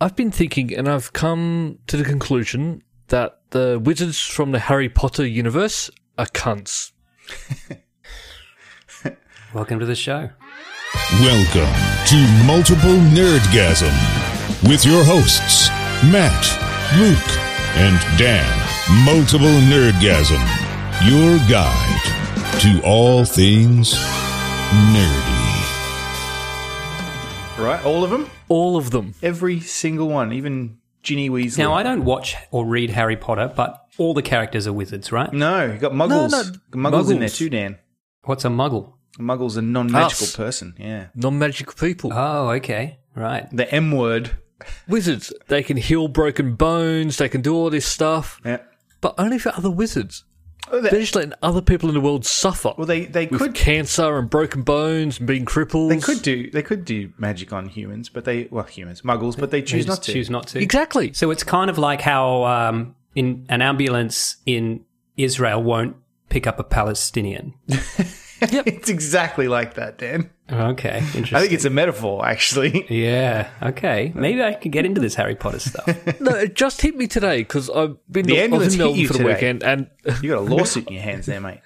I've been thinking, and I've come to the conclusion that the wizards from the Harry Potter universe are cunts. Welcome to the show. Welcome to Multiple Nerdgasm with your hosts, Matt, Luke, and Dan. Multiple Nerdgasm, your guide to all things nerdy. Right, all of them, All of them. every single one, even Ginny Weasley. Now, I don't watch or read Harry Potter, but all the characters are wizards, right? no, you got muggles. No, no, Got muggles, in there muggles. too, Dan. What's a muggle? Muggles a non-magical Us. person. Yeah, Non magic people. Oh, okay. Right. the M word. wizards. They can heal broken bones, they can do all this stuff, Yeah. but only for other wizards. Oh, They're they, just letting other people in the world suffer. well, they they with could cancer and broken bones and being crippled. they could do they could do magic on humans, but they well humans muggles, but they choose They not just to. Choose not to. Exactly. So it's kind of like how um, in an ambulance in Israel won't pick up a Palestinian. it's exactly like that, Dan. Okay, interesting. I think it's a metaphor, actually. yeah. Okay. Maybe I could get into this Harry Potter stuff. No, it just hit me today because I've been The I was ambulance in hit Melbourne you for the today. weekend and You got a lawsuit in your hands, there, mate.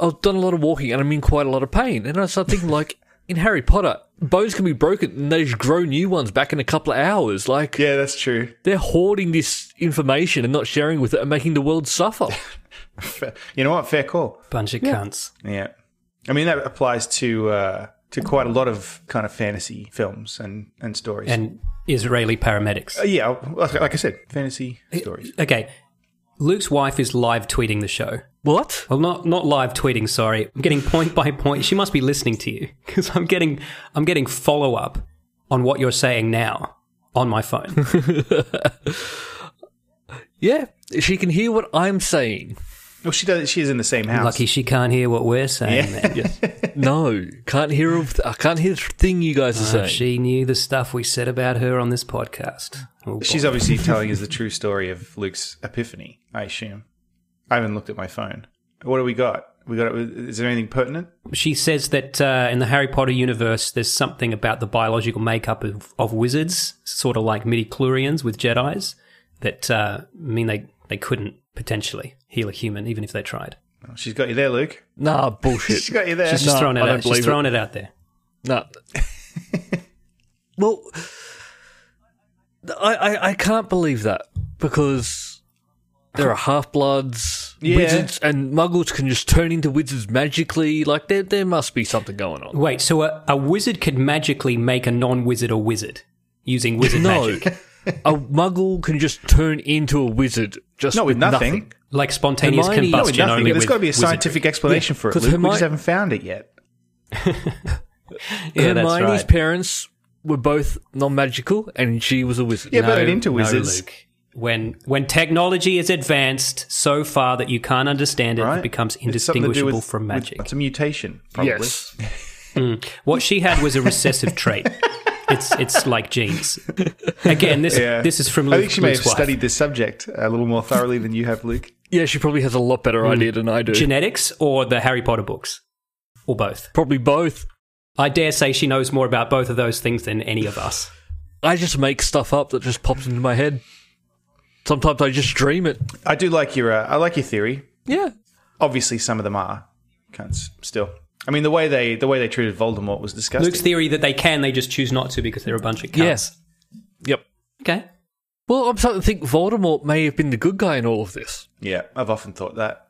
I've done a lot of walking and I'm in quite a lot of pain. And I started thinking, like, in Harry Potter, bones can be broken and they just grow new ones back in a couple of hours. Like, Yeah, that's true. they're hoarding this information and not sharing with it and making the world suffer. Fair- You know what? Fair call. Bunch of cunts. Yeah, I mean that applies to uh, to quite a lot of kind of fantasy films and and stories. And Israeli paramedics. Uh, yeah, like like I said, fantasy stories. Okay. Luke's wife is live tweeting the show. what? Well, not not live tweeting. Sorry, I'm getting point by point. She must be listening to you because I'm getting I'm getting follow up on what you're saying now on my phone. Yeah, she can hear what I'm saying. Well, she does. She is in the same house. Lucky she can't hear what we're saying. then. No, can't hear. a th- I can't hear a thing you guys are If saying. she knew the stuff we said about her on this podcast. Oh, She's obviously telling us the true story of Luke's epiphany. I assume. I haven't looked at my phone. What do we got? We got. Is there anything pertinent? she says that uh, in the Harry Potter universe, there's something about the biological makeup of, of wizards, sort of like midi chlorians with Jedi's, that uh, mean they, they couldn't potentially heal a human even if they tried. Oh, she's got you there, Luke. nah, bullshit. She's got you there. She's just No, throwing I it don't out. She's believe throwing it. out there. nah. well, I, I I can't believe that because there are half bloods, Yeah. wizards, and muggles can just turn into wizards magically. Like there there must be something going on. Wait, so a, a wizard could magically make a non-wizard a wizard using wizard No. magic, A muggle can just turn into a wizard just not with nothing. like spontaneous Hermione- Not with combustion. nothing. only There's with got to be a wizardry. scientific explanation for it. 'cause Luke. we Hermione- just haven't found it yet. Yeah, that's Hermione's right. parents were both non-magical, and she was a wizard. Yeah, but into wizards. No, Luke. When when technology is advanced so far that you can't understand it, right? it becomes It's something to do indistinguishable with- from with- magic. It's a mutation, probably. Yes. what she had was a recessive trait. It's it's like genes. Again, this Yeah. this is from Luke, I think she may Luke's have wife. studied this subject a little more thoroughly than you have, Luke. Yeah, she probably has a lot better Hmm. idea than I do. genetics or the Harry Potter books or both. probably both. I dare say she knows more about both of those things than any of us. I just make stuff up that just pops into my head. Sometimes I just dream it. I do like your. Uh, I like your theory. Yeah. Obviously, some of them are cunts. Still, I mean, the way they the way they treated Voldemort was disgusting. Luke's theory that they can, they just choose not to because they're a bunch of cunts. Yes. Yep. Okay. Well, I'm starting to think Voldemort may have been the good guy in all of this. yeah, I've often thought that.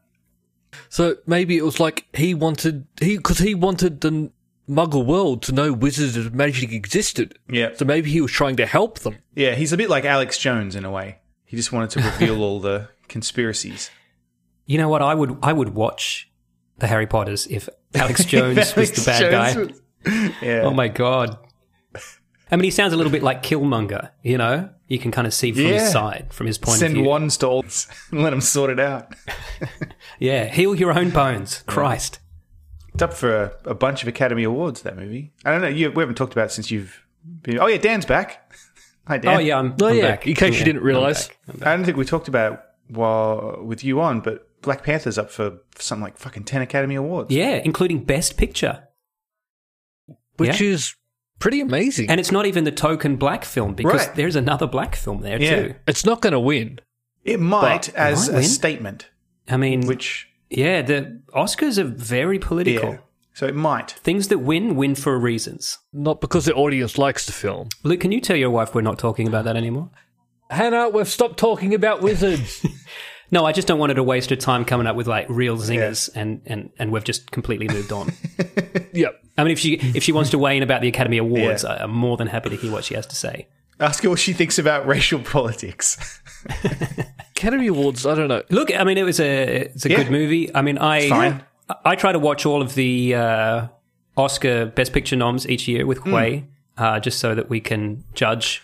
So maybe it was like he wanted he because he wanted the Muggle world to know wizards of magic existed. Yeah, So maybe he was trying to help them. yeah, he's a bit like Alex Jones in a way. He just wanted to reveal all the conspiracies. You know what? I would I would watch the Harry Potters if Alex Jones was the bad guy. Alex Jones was- yeah, Oh my god! I mean, he sounds a little bit like Killmonger. You know, you can kind of see from Yeah. his side, from his point of send view. wands to all and let them sort it out. Yeah, heal your own bones, Christ. It's up for a, a bunch of Academy Awards. That movie. I don't know. You, we haven't talked about it since you've been. Oh yeah, Dan's back. Hi Dan. Oh yeah, I'm, Oh, I'm yeah, back. in case you Yeah, didn't I'm realise. back. I'm back. I don't think we talked about it while with you on, but Black Panther's up for something like fucking ten Academy Awards. Yeah, including Best Picture. which Yeah. is Pretty amazing. And it's not even the token black film because Right. there's another black film there Yeah. too. it's not going to win. It might But as might a win. statement, I mean, which yeah, the Oscars are very yeah. political. So it might. Things that win win for reasons. Not because the audience likes the film. Luke, can you tell your wife we're not talking about that anymore? Hannah, we've stopped talking about wizards. No, I just don't want her to waste her time coming up with like real zingers, and, and and we've just completely moved on. yep. I mean, if she if she wants to weigh in about the Academy Awards, Yeah. I I'm more than happy to hear what she has to say. Ask her what she thinks about racial politics. Academy Awards, I don't know. Look, I mean, it was a it's a Yeah. good movie. I mean, I fine. I, I try to watch all of the uh, Oscar Best Picture noms each year with Hmm. Hui, uh, just so that we can judge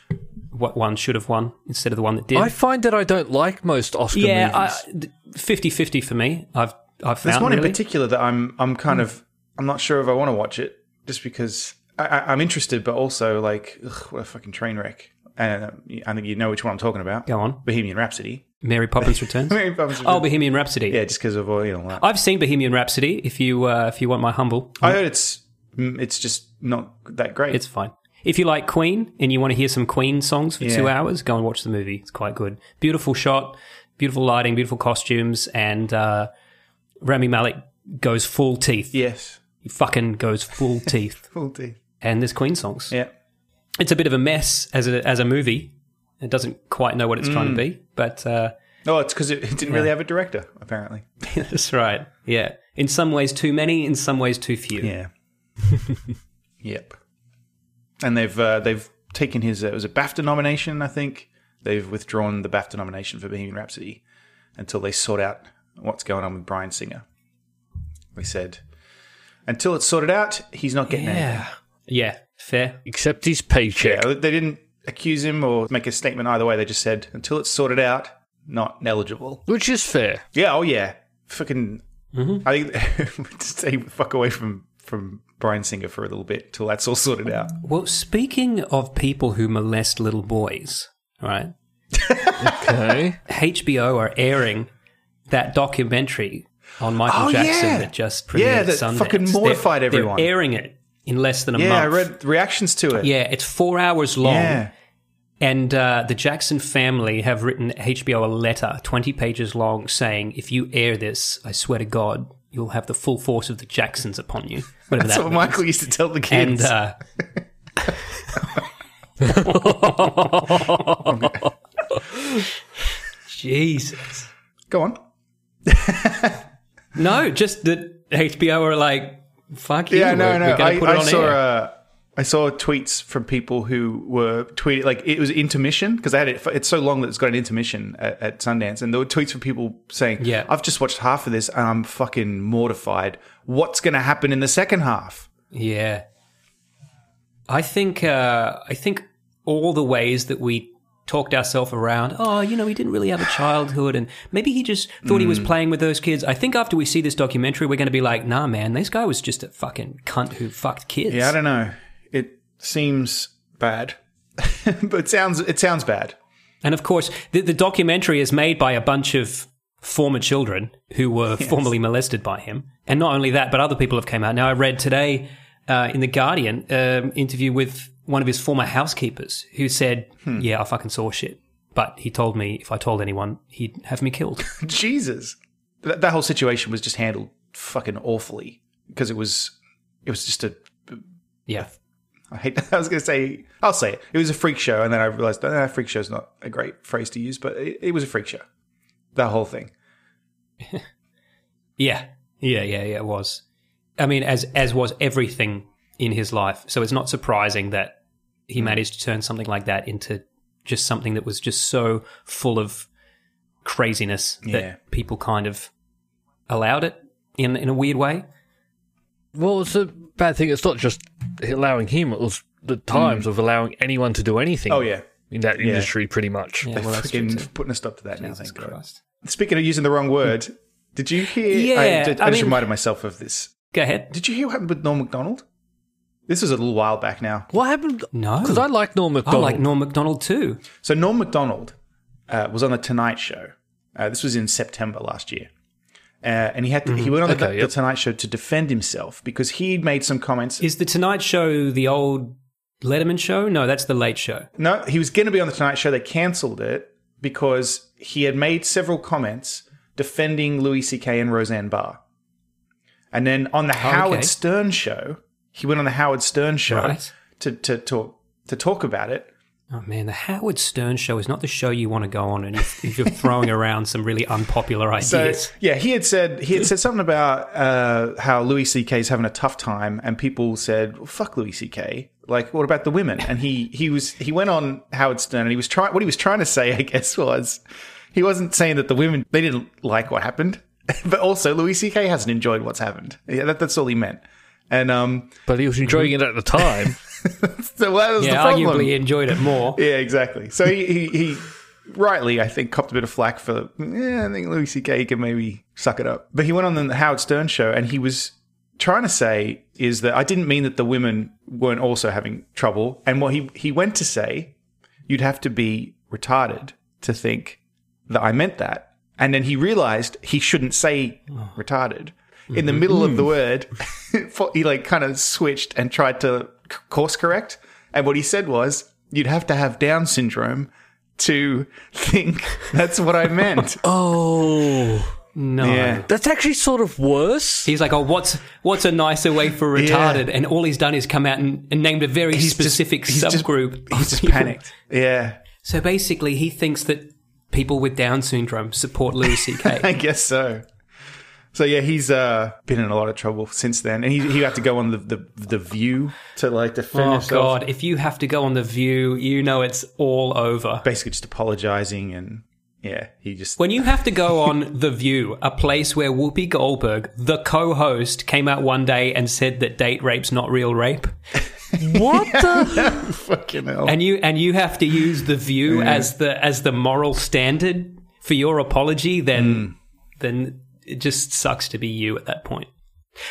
what one should have won instead of the one that did. I find that I don't like most Oscar yeah, movies. I- d- 50-50 for me. I've I've There's found one really. Hmm. in particular that I'm I'm kind of I'm not sure if I want to watch it just because I, I, I'm interested, but also like ugh, what a fucking train wreck. And uh, I think you know which one I'm talking about. Go on, Bohemian Rhapsody. Mary Poppins Returns. Mary Poppins oh, Returns. Bohemian Rhapsody. yeah, just because of all you know. Like, I've seen Bohemian Rhapsody. If you uh, if you want my humble, I heard it's mm, it's just not that great. It's fine. If you like Queen and you want to hear some Queen songs for Yeah. two hours, go and watch the movie. It's quite good. Beautiful shot, beautiful lighting, beautiful costumes, and uh, Rami Malik goes full teeth. yes, He fucking goes full teeth. full D. And there's Queen songs. Yeah, It's a bit of a mess as a as a movie. It doesn't quite know what it's Mm. trying to be, but uh, Oh, it's because it, it didn't really have a director, apparently. that's right. Yeah, in some ways too many, in some ways too few. Yeah. yep. And they've uh, they've taken his uh, it was a BAFTA nomination, I think. They've withdrawn the BAFTA nomination for Bohemian Rhapsody until they sort out what's going on with Brian Singer. They said, until it's sorted out, he's not getting anything. yeah, yeah. Fair. Except his paycheck. Yeah, they didn't accuse him or make a statement either way. They just said, until it's sorted out, not eligible. Which is fair. Yeah. Oh yeah. Fucking. I think stay fuck away from from Brian Singer for a little bit till that's all sorted out. Well, speaking of people who molest little boys, right? Okay. HBO are airing that documentary on Michael Oh, Jackson yeah. that just premiered Yeah, at that Sundance. fucking mortified they're, everyone. They're airing it in less than a Yeah, month. I read reactions to it. Yeah, it's four hours long, Yeah. and uh, the Jackson family have written HBO a letter, twenty pages long, saying, "If you air this, I swear to God, you'll have the full force of the Jacksons upon you." Whatever That's that what means. Michael used to tell the And kids. uh, Jesus. Go on. No, just that HBO are like, fuck you. Yeah, no, we're, no. We're gonna I, put it I on saw air. uh, I saw tweets from people who were tweeting like it was intermission because they had it. For, it's so long that it's got an intermission at, at Sundance, and there were tweets from people saying, Yeah. I've just watched half of this and I'm fucking mortified. What's going to happen in the second half?" yeah. I think uh, I think all the ways that we talked ourselves around. Oh, you know, he didn't really have a childhood, and maybe he just thought he was Hmm. playing with those kids. I think after we see this documentary, we're going to be like, nah, man, this guy was just a fucking cunt who fucked kids. Yeah, I don't know. It seems bad, but it sounds it sounds bad. And of course, the, the documentary is made by a bunch of former children who were formerly molested by him. And not only that, but other people have came out. Now, I read today uh, in The Guardian um, interview with one of his former housekeepers who said, yeah, I fucking saw shit. But he told me if I told anyone, he'd have me killed. Jesus, that, that whole situation was just handled fucking awfully because it was it was just a yeah. I hate I was going to say I'll say it. It was a freak show, and then I realized "Oh, that nah, freak show is not a great phrase to use, but it, it was a freak show. That whole thing. Yeah. Yeah, yeah, yeah, it was. I mean, as as was everything in his life. So it's not surprising that he Hmm. managed to turn something like that into just something that was just so full of craziness Yeah. that people kind of allowed it in in a weird way. Well, it's a bad thing. It's not just allowing him, it was the times of allowing anyone to do anything. Hmm. Oh yeah, In that industry, pretty much. Yeah, they're well, that's true fucking too. putting a stop to that now. Jesus Thank God. Christ. Hmm. Speaking of using the wrong word, did you hear? I, Yeah, did- I I just mean- reminded myself of this. Go ahead. Did you hear what happened with Norm Macdonald? This was a little while back now. What happened? No. Because I like Norm I MacDonald. like Norm Macdonald too. So Norm Macdonald uh, was on the Tonight Show. Uh, this was in September last year, uh, and he had to, Mm-hmm. he went on the, Okay, yep. the Tonight Show to defend himself because he'd made some comments. Is the Tonight Show the old Letterman show? No, that's the Late Show. No, he was going to be on the Tonight Show. They cancelled it because he had made several comments defending Louis C.K. and Roseanne Barr. And then on the Howard Oh, okay. Stern show, he went on the Howard Stern show Right. to, to talk to talk about it. Oh man, the Howard Stern show is not the show you want to go on, and if, if you're throwing around some really unpopular So ideas, yeah, he had said he had said something about uh, how Louis C.K. is having a tough time, and people said, well, "Fuck Louis C.K." Like, what about the women? And he he was he went on Howard Stern, and he was trying. What he was trying to say, I guess, was he wasn't saying that the women they didn't like what happened, but also Louis C.K. hasn't enjoyed what's happened. Yeah, that, that's all he meant. And um, But he was enjoying it at the time. so that was yeah, the problem. arguably enjoyed it more. Yeah, exactly. So he, he, he rightly, I think, copped a bit of flack for, yeah, I think Louis C.K. can maybe suck it up. But he went on the Howard Stern show and he was trying to say is that I didn't mean that the women weren't also having trouble. And what he, he went to say, you'd have to be retarded to think that I meant that. And then he realized he shouldn't say retarded. In the middle of the word, Mm-hmm. he like kind of switched and tried to c- course correct. And what he said was, you'd have to have Down syndrome to think that's what I meant. oh, No, Yeah. that's actually sort of worse. he's like, oh, what's what's a nicer way for retarded? And all he's done is come out and, and named a very He's just- specific he's just- subgroup. of He's just people. panicked. Yeah, So basically, he thinks that people with Down syndrome support Louis C.K. I guess so. So yeah, he's uh, been in a lot of trouble since then, and he, he had to go on the, the the View to like defend oh himself. God, if you have to go on the View, you know it's all over. basically just apologizing and yeah, he just When you have to go on The View, a place where Whoopi Goldberg, the co host, came out one day and said that date rape's not real rape, What the? fucking hell. and you and you have to use The View Mm. as the as the moral standard for your apology, Mm. then then it just sucks to be you at that point.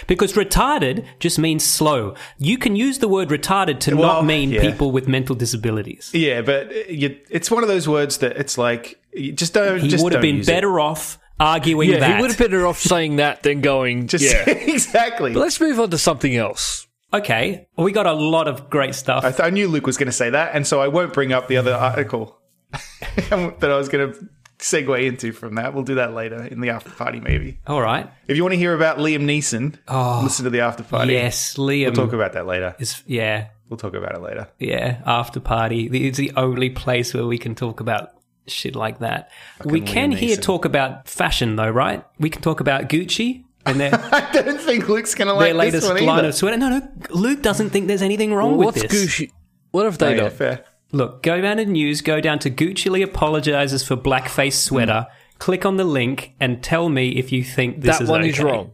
Because retarded just means slow. You can use the word retarded to Well, not mean yeah. people with mental disabilities. yeah, but uh, you, it's one of those words that it's like you just don't. He just would have don't been use it. better off arguing Yeah, that. he would have been better off saying that than going. Just yeah. exactly. But let's move on to something else. okay, we got a lot of great stuff. I, th- I knew Luke was going to say that, and so I won't bring up the other article that I was going to segue into from that. We'll do that later in the after party, maybe. all right. If you want to hear about Liam Neeson, Oh, listen to the after party. Yes, Liam We'll talk about that later. is yeah, We'll talk about it later. yeah. After party, it's the only place where we can talk about shit like that. we can Liam here Neeson. talk about fashion though, right? We can talk about Gucci and their, I don't think Luke's going to their like this latest one line either. of sweater. No, no, Luke doesn't think there's anything wrong What's with this. Oh, Gucci? What have they yeah, done? fair. Look, go down to news, go down to Gucci Lee apologizes for blackface sweater. Hmm. Click on the link and tell me if you think this That is one okay. is wrong.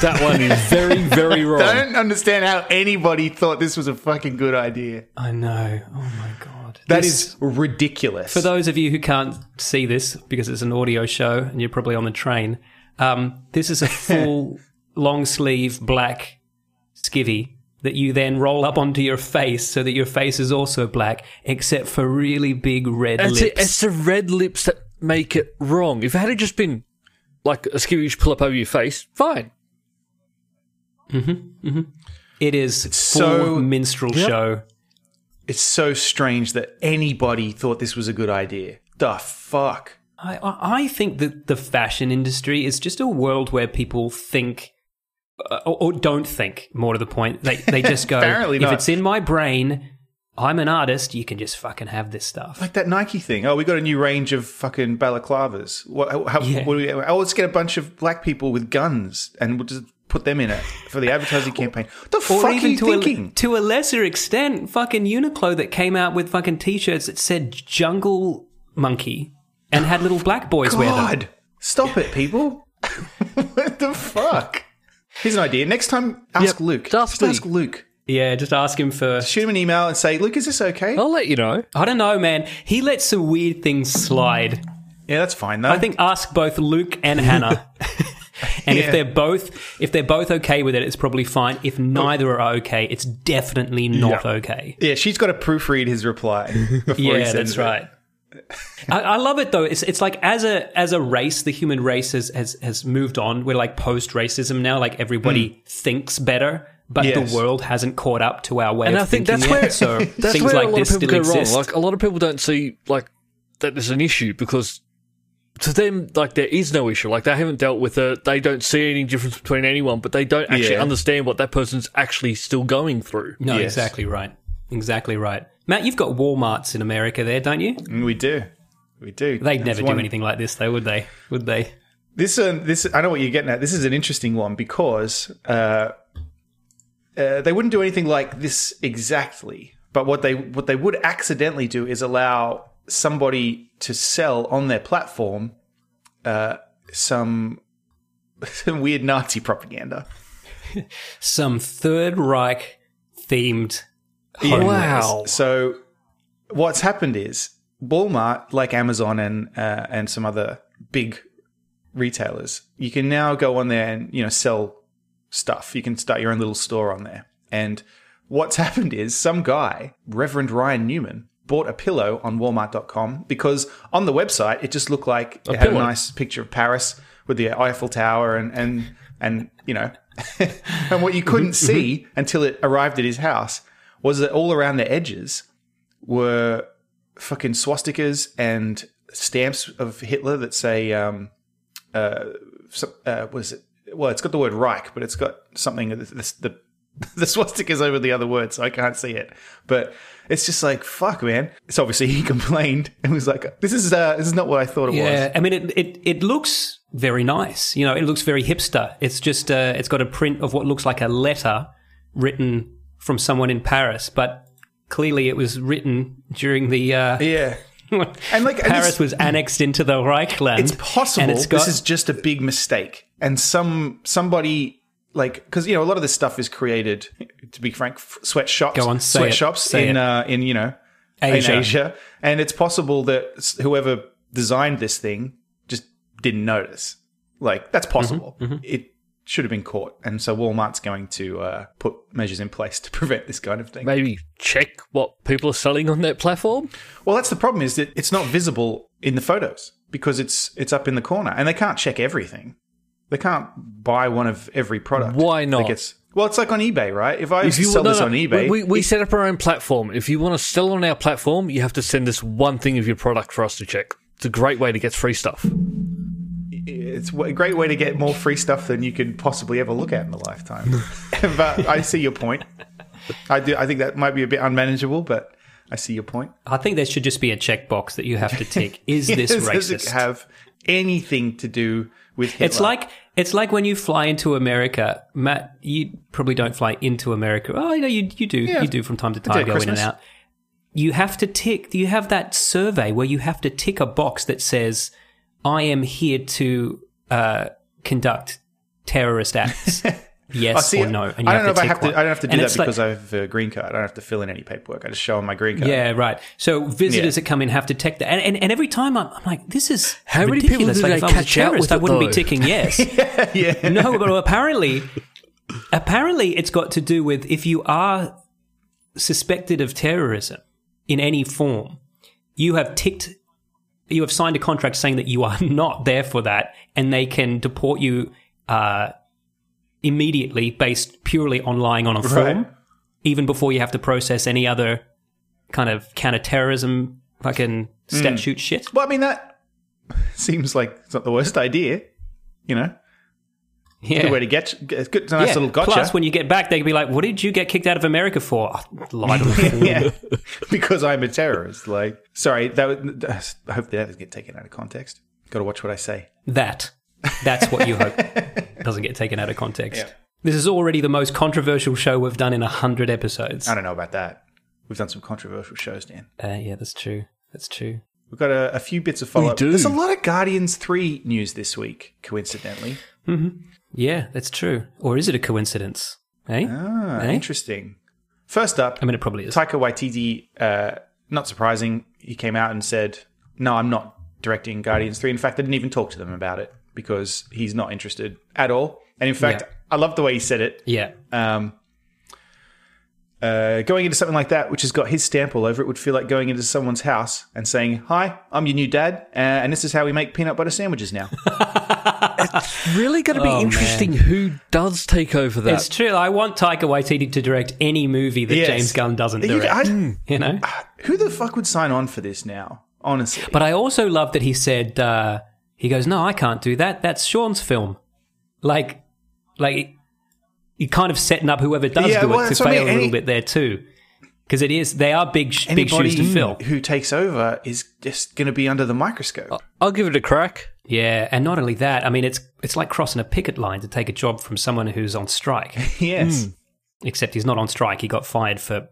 That one is very, very wrong. I don't understand how anybody thought this was a fucking good idea. I know. Oh my god. That This- is ridiculous. For those of you who can't see this because it's an audio show and you're probably on the train, um, this is a full long sleeve black skivvy that you then roll up onto your face so that your face is also black, except for really big red It's, lips. it- it's the red lips that make it wrong. If it had just been like a skew you should pull up over your face, fine. it is full so- minstrel show. it's so strange that anybody thought this was a good idea. The fuck. I, I I think that the fashion industry is just a world where people think uh, or, or don't think. More to the point, they they just go. Apparently if not. it's in my brain, I'm an artist. You can just fucking have this stuff. Like that Nike thing. Oh, we got a new range of fucking balaclavas. What? How, how- Yeah. what do we, oh, let's get a bunch of black people with guns and we'll just put them in it for the advertising campaign. The fuck are you to a thinking? to a lesser extent, fucking Uniqlo that came out with fucking t-shirts that said "Jungle Monkey" and had little black boys wear them. God, stop it, people. what the fuck? Here's an idea. Next time, Yep. ask Luke. Ask Just ask Luke. Luke. Yeah, just ask him for. Shoot him an email and say, Luke, is this okay? I'll let you know. I don't know, man. He lets some weird things slide. Yeah, that's fine though. I think ask both Luke and Hannah. and Yeah. if they're both if they're both okay with it, it's probably fine. If neither are okay, it's definitely not Yeah. okay. Yeah, she's got to proofread his reply. Before he Yeah, sends that's it. right. I, I love it though. It's it's like as a as a race, the Hmm. human race has has, has moved on. We're like post racism now. Like everybody thinks better. but Yes. the world hasn't caught up to our way And of I think thinking that's yet, where- so That's things where like a lot this of people still go exist. wrong. Like a lot of people don't see like that there's an issue because to them like there is no issue. Like they haven't dealt with it. They don't see any difference between anyone, but they don't actually Yeah. understand what that person's actually still going through. no, Yes. exactly right. Exactly right. Matt, you've got Walmarts in America there, don't you? Mm, We do. We do. They'd That's never do one- anything like this, though, would they? Would they? This uh, this I know what you're getting at. This is an interesting one because uh, uh, they wouldn't do anything like this exactly. But what they what they would accidentally do is allow somebody to sell on their platform uh, some some weird Nazi propaganda. Some Third Reich themed. Wow. So what's happened is Walmart, like Amazon and uh, and some other big retailers, you can now go on there and you know sell stuff. You can start your own little store on there. And what's happened is some guy, Reverend Ryan Newman, bought a pillow on Walmart.com because on the website it just looked like it had a pillow. nice picture of Paris with the Eiffel Tower and and and you know and what you couldn't see until it arrived at his house was that all around the edges were fucking swastikas and stamps of Hitler that say, um, uh, so- uh, was it? Well, it's got the word Reich, but it's got something. The, the, the swastika's over the other word, so I can't see it. But it's just like fuck, man. It's obviously he complained and was like, "This is uh, this is not what I thought it was." Yeah, I mean, it, it it looks very nice. You know, it looks very hipster. It's just uh, it's got a print of what looks like a letter written from someone in Paris, but clearly it was written during the. Uh, Yeah, and like, and Paris this- was annexed into the Reichland. it's possible and it's got, this is just a big mistake and some somebody like because you know a lot of this stuff is created to be frank f- sweatshops Go on, say it. sweatshops Say in it. uh, in you know Asia. in Asia and it's possible that s- whoever designed this thing just didn't notice like Mm-hmm. that's possible it should have been caught and so Walmart's going to uh, put measures in place to prevent this kind of thing Maybe check what people are selling on that platform. well, that's the problem is that it's not visible in the photos because it's it's up in the corner, and they can't check everything. They can't buy one of every product. Why not? That gets- well, it's like on eBay, right? If I sell no, this no, on eBay, we, we, we set up our own platform. If you want to sell on our platform, you have to send us one thing of your product for us to check. It's a great way to get free stuff. it's a great way to get more free stuff than you could possibly ever look at in a lifetime. but I see your point. I do. I think that might be a bit unmanageable, but I see your point. I think there should just be a checkbox that you have to tick. Is this Does racist? it have anything to do with Hitler? It's like it's like when you fly into America, Matt. You probably don't fly into America. Oh, you know, you you do you do from time to time at go in and Christmas. out. You have to tick. You have that survey where you have to tick a box that says, "I am here to uh, conduct terrorist acts." I yes see. or no. I And don't you know if I tick have to. one. I don't have to do And that it's like- because I have a green card. I don't have to fill in any paperwork. I just show them my green card. yeah, right. So visitors Yeah. that come in have to tick that, and, and, and every time I'm, I'm like, this is How many people ridiculous. do like, they if I was a catch out terrorist, with I it, wouldn't though? be ticking yes. yeah. no, but apparently, apparently, it's got to do with if you are suspected of terrorism in any form, you have ticked, you have signed a contract saying that you are not there for that, and they can deport you uh, immediately based purely on lying on a form, Right. even before you have to process any other kind of counterterrorism fucking Hmm. statute shit. Well, I mean that seems like it's not the worst idea. You know, Yeah. good way to get it's good, it's a nice little gotcha. Plus, when you get back, they can be like, "What did you get kicked out of America for?" Oh, lied on the form. yeah, because I'm a terrorist. Like, sorry, that. Would, I hope that doesn't get taken out of context. Got to watch what I say. That. That's what you hope doesn't get taken out of context. This is already the most controversial show we've done in 100 episodes. I Uh, don't know about that. We've done some controversial shows, Dan. yeah, that's true. That's true. We've got a, a few bits of follow up. do. There's a lot of Guardians Three news this week, coincidentally. Yeah, that's true. Or is it a coincidence? Eh? Ah, Eh? interesting. First up, I mean, it probably is. Taika Waititi, uh, not surprising, he came out and said, "No, I'm not directing Guardians 3." In fact, I didn't even talk to them about it because he's not interested at all. And in fact, Yeah. I love the way he said it. Yeah. Um, uh, going into something like that, which has got his stamp all over it, would feel like going into someone's house and saying, "Hi, I'm your new dad, uh, and this is how we make peanut butter sandwiches now." it's really going to be Oh, man. interesting who does take over that. It's true. I want Taika Waititi to direct any movie that Yes. James Gunn doesn't You- direct. You, I- know. who the fuck would sign on for this now? Honestly, But I also love that he said uh, he goes, "No, I can't do that. That's Sean's film." Like, like you kind of setting up whoever does Yeah, do well, it to that's what I fail mean. a little Any- bit there too, because it is they are big sh- big anybody shoes to fill. who takes over is just going to be under the microscope. Uh, I'll give it a crack. Yeah, and not only that, I mean it's it's like crossing a picket line to take a job from someone who's on strike. yes, hmm. Except he's not on strike. He got fired for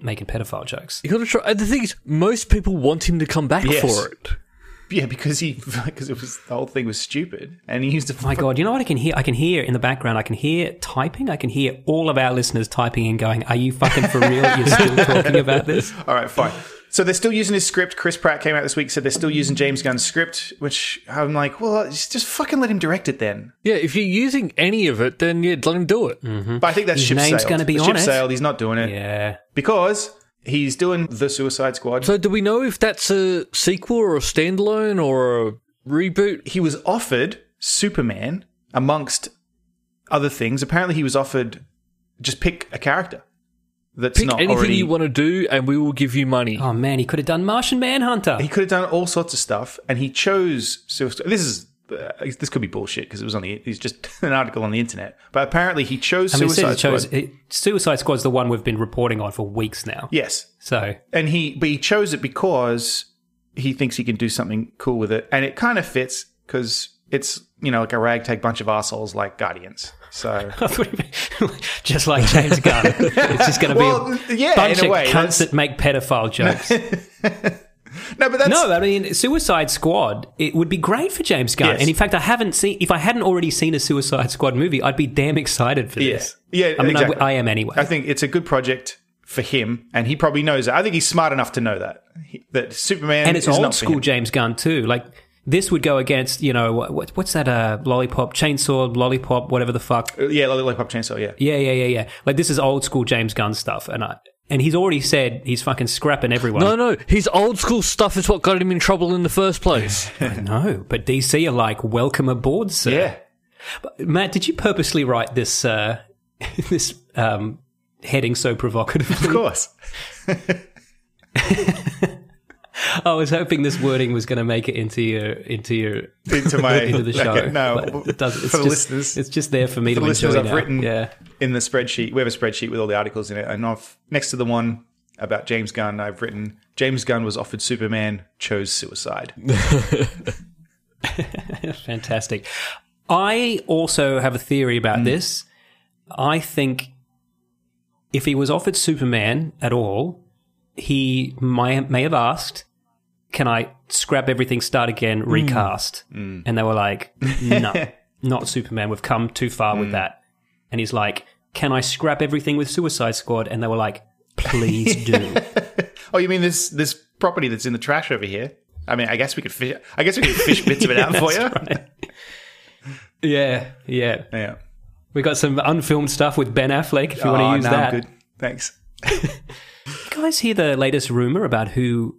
making pedophile jokes. Oh You got to try. And the thing is, most people want him to come back Yes. for it. yeah, because he because it was the whole thing was stupid, and he used a My God, you know what I can hear? I can hear in the background. I can hear typing. I can hear all of our listeners typing and going, "Are you fucking for real? You're still talking about this?" All right, fine. So they're still using his script. Chris Pratt came out this week, said they're still using James Gunn's script, which I'm like, well, just just fucking let him direct it then. Yeah, if you're using any of it, then yeah, let him do it. But I think Mm-hmm. that His ship name's sailed. gonna be the on ship it. sailed. He's not doing it Yeah, because he's doing the Suicide Squad. So, do we know if that's a sequel or a standalone or a reboot? he was offered Superman amongst other things. Apparently, he was offered just pick a character that's Pick not anything already. you want to do, and we will give you money. Oh man, he could have done Martian Manhunter. he could have done all sorts of stuff, and he chose Suicide. This is. Uh, this could be bullshit because it was on the. It's just an article on the internet, but apparently he chose I mean, it says Suicide it chose, Squad. it, Suicide Squad's the one we've been reporting on for weeks now. Yes, So and he but he chose it because he thinks he can do something cool with it, and it kind of fits because it's you know like a ragtag bunch of assholes like Guardians. So just like James Gunn, it's just going to Well, be a yeah, bunch in a of way, that's- cunts that make pedophile jokes. no, but that's no, I mean Suicide Squad. It would be great for James Gunn. Yes. And in fact, I haven't seen. If I hadn't already seen a Suicide Squad movie, I'd be damn excited for this. Yeah, I mean, I exactly. w- I, am anyway. I think it's a good project for him, and he probably knows it. I think he's smart enough to know that He- that Superman and it's is old not for school him. James Gunn too. Like this would go against you know what, what- what's that? Uh, lollipop, chainsaw, lollipop, whatever the fuck. Yeah, Lollipop Chainsaw. Yeah, Yeah, yeah, yeah, yeah. Like this is old school James Gunn stuff, and I, and he's already said he's fucking scrapping everyone. No, no, his old school stuff is what got him in trouble in the first place. I know, but DC are like, welcome aboard, sir. yeah. Matt, did you purposely write this uh, this um, heading so provocative? Of course. I was hoping this wording was going to make it into your into your Into my into the show. okay, no, but it doesn't. It's for the just, listeners, it's just there for me for to the enjoy. listeners, I've now. written yeah. in the spreadsheet. We have a spreadsheet with all the articles in it, and I've next to the one about James Gunn, I've written James Gunn was offered Superman, chose suicide. Fantastic. I also have a theory about this. I think if he was offered Superman at all, he may, may have asked, Can I scrap everything, start again, recast? And they were like, No, not Superman. We've come too far with that. And he's like, Can I scrap everything with Suicide Squad? And they were like, Please do. Oh, you mean this this property that's in the trash over here? I mean, I guess we could fish. I guess we could fish bits of it out for you. yeah, yeah. Yeah. We got some unfilmed stuff with Ben Affleck if you Oh, want to use no, I'm that. good. Thanks. You guys hear the latest rumor about who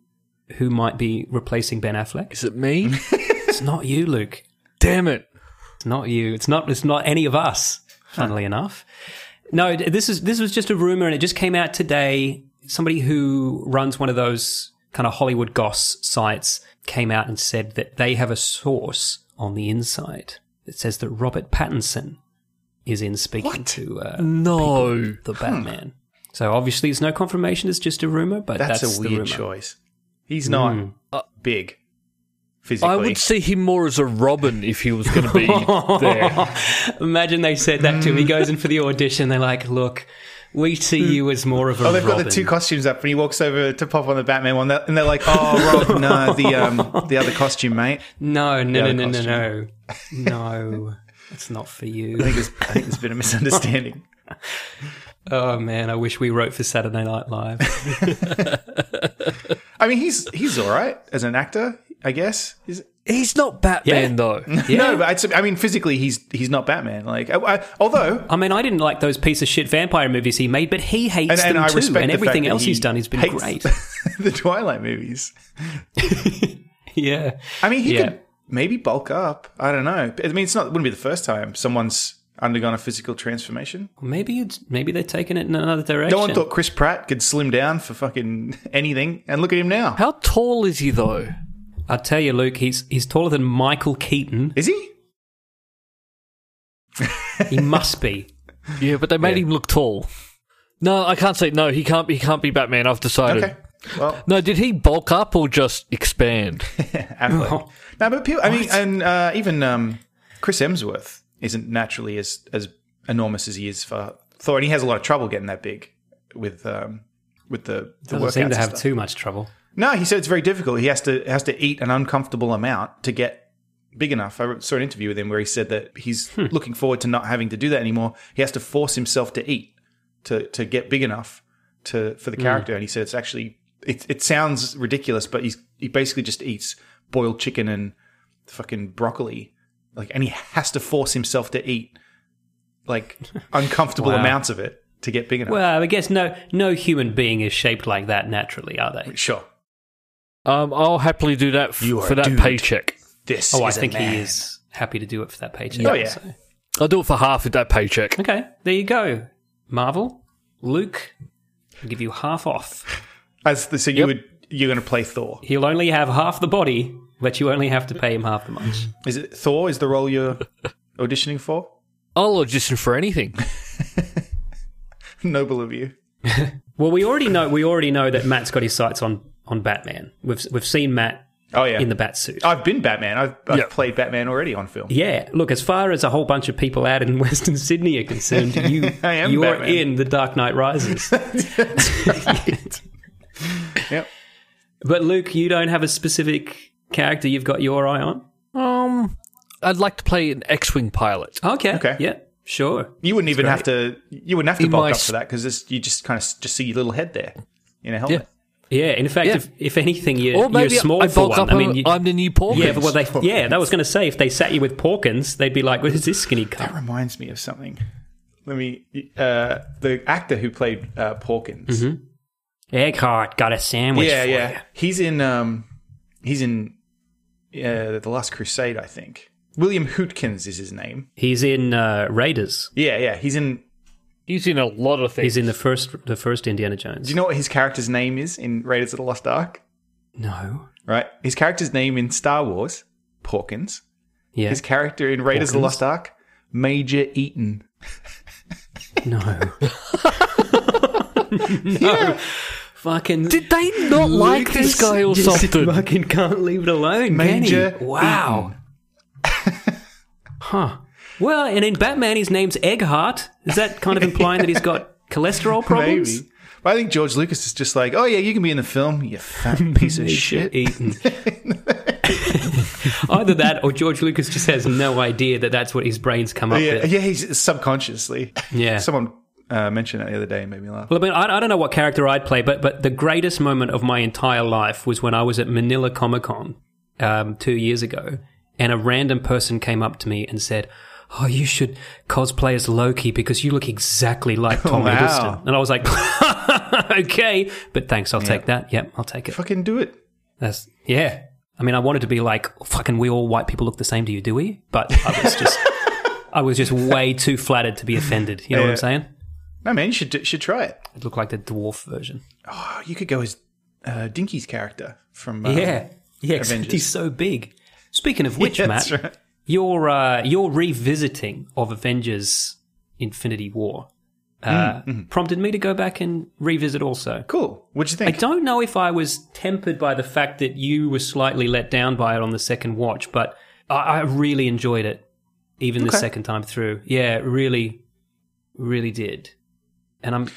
who might be replacing Ben Affleck? Is it me? It's not you, Luke. Damn it. It's not you. It's not it's not any of us, funnily enough. No, d- this is this was just a rumor and it just came out today. Somebody who runs one of those kind of Hollywood goss sites came out and said that they have a source on the inside that says that Robert Pattinson is in speaking to uh, No. the Batman. So obviously it's no confirmation, it's just a Hmm. rumor, but that's, That's, a the weird rumor. choice. He's not big physically. I would see him more as a Robin if he was going to be there. Imagine they said that to him. Mm. He goes in for the audition. They're like, "Look, we see you as more of a Oh, they've Robin." got the two costumes up, and he walks over to pop on the Batman one, and they're like, "Oh, Rob, no, the um, the other costume, mate. no, no, other no, no, no, no, no. It's not for I you. think there's, I think there's been a misunderstanding." Oh man, I wish we wrote for Saturday Night Live. I mean, he's he's all right as an actor, I guess. He's, He's not Batman, Yeah. though. No, but it's, I mean, physically, he's he's not Batman. Like, I, I, although, I mean, I didn't like those piece of shit vampire movies he made, but he hates and, and them I too, respect and the fact everything that else he he's done has been hates great. the Twilight movies. yeah, I mean, he Yeah. could maybe bulk up. I don't know. I mean, it's not. It wouldn't be the first time someone's undergone a physical transformation. Maybe it's maybe they're taking it in another direction. No one thought Chris Pratt could slim down for fucking anything, and look at him now. How tall is he though? I'll tell you, Luke. He's he's taller than Michael Keaton. Is he? He must be. Yeah, but they made Yeah. him look tall. No, I can't say no. He can't. He can't be Batman. I've decided. Okay. Well, No, did he bulk up or just expand? Affleck. No, but people. I mean, and uh, even um, Chris Emsworth isn't naturally as as enormous as he is for Thor, and he has a lot of trouble getting that big with um, with the the Doesn't seem to workouts and have stuff. too much trouble. No, he said it's very difficult. He has to has to eat an uncomfortable amount to get big enough. I saw an interview with him where he said that he's Hmm. looking forward to not having to do that anymore. He has to force himself to eat to to get big enough to for the Hmm. character. And he said it's actually it it sounds ridiculous, but he's he basically just eats boiled chicken and fucking broccoli, like, and he has to force himself to eat like uncomfortable Wow. amounts of it to get big enough. Well, I guess no no human being is shaped like that naturally, are they? sure. Um, I'll happily do that f- You are for that doomed. paycheck. This. Oh, I is a think man. he is happy to do it for that paycheck. Oh, yeah. so- I'll do it for half of that paycheck. Okay, there you go. Marvel, Luke, I'll give you half off. As the, so you Yep. would you're going to play Thor. He'll only have half the body, but you only have to pay him half the much. Is it Thor? Is the role you're auditioning for? I'll audition for anything. Noble of you. Well, we already know we already know that Matt's got his sights on on Batman. We've we've seen Matt Oh yeah. in the bat suit. I've been Batman. I've, I've Yeah. played Batman already on film. yeah, look, as far as a whole bunch of people out in Western Sydney are concerned, you I am you're Batman. in the Dark Knight Rises. Yep. but Luke, you don't have a specific character you've got your eye on. Um, I'd like to play an X-wing pilot. Okay. Okay. Yeah. Sure. You wouldn't even have to. You wouldn't have to In bulk my up s- for that because you just kind of just see your little head there in a helmet. Yeah. Yeah. In fact, Yeah. if, if anything, you're, Or maybe you're small I for bulk one. up. I mean, and you, I'm the new Porkins. yeah. But well, they yeah. That was going to say if they sat you with Porkins, they'd be like, "What is this skinny That cunt?" reminds me of something. Let me. Uh, the actor who played uh, Porkins. Eckhart got a sandwich. Yeah, for yeah. you. He's in. Um, he's in. Uh, the Last Crusade, I think. William Hootkins is his name. He's in uh, Raiders. Yeah, yeah. He's in. he's in a lot of things. He's in the first the first Indiana Jones. Do you know what his character's name is in Raiders of the Lost Ark? no. right? His character's name in Star Wars, Porkins. Yeah. His character in Raiders of the Porkins. Lost Ark, Major Eaton. No. no. Fucking. Did they not like this guy or just something? Fucking can't leave it alone, Major can he? Wow. huh. Well, and in Batman, his name's Egghart. Is that kind of implying that he's got cholesterol problems? Maybe. But I think George Lucas is just like, oh yeah, you can be in the film, you fat piece of shit. Eaten. Either that, or George Lucas just has no idea that that's what his brain's come up Yeah, with. yeah, he's subconsciously. Yeah. Someone uh, mentioned that the other day and made me laugh. Well, I mean, I, I don't know what character I'd play, but but the greatest moment of my entire life was when I was at Manila Comic Con um, two years ago, and a random person came up to me and said, "Oh, you should cosplay as Loki because you look exactly like Tom Wow. Hiddleston." And I was like, "Okay, but thanks, I'll take that. Yep, I'll take it." Fucking do it. That's yeah. I mean, I wanted to be like, "Fucking, we all white people look the same to you, do we?" But I was just, I was just way too flattered to be offended. You know what I'm saying? No man, you should d- should try it. I'd look like the dwarf version. Oh, you could go as uh, Dinky's character from uh, Yeah, yeah. except Avengers. he's so big. Speaking of which, Yeah, Matt, that's right. your uh, your revisiting of Avengers: Infinity War uh, Mm, mm-hmm. prompted me to go back and revisit. Also, Cool. What'd you I think? don't know if I was tempered by the fact that you were slightly let down by it on the second watch, but I, I really enjoyed it, even the Okay. second time through. Yeah, really, really did, and I'm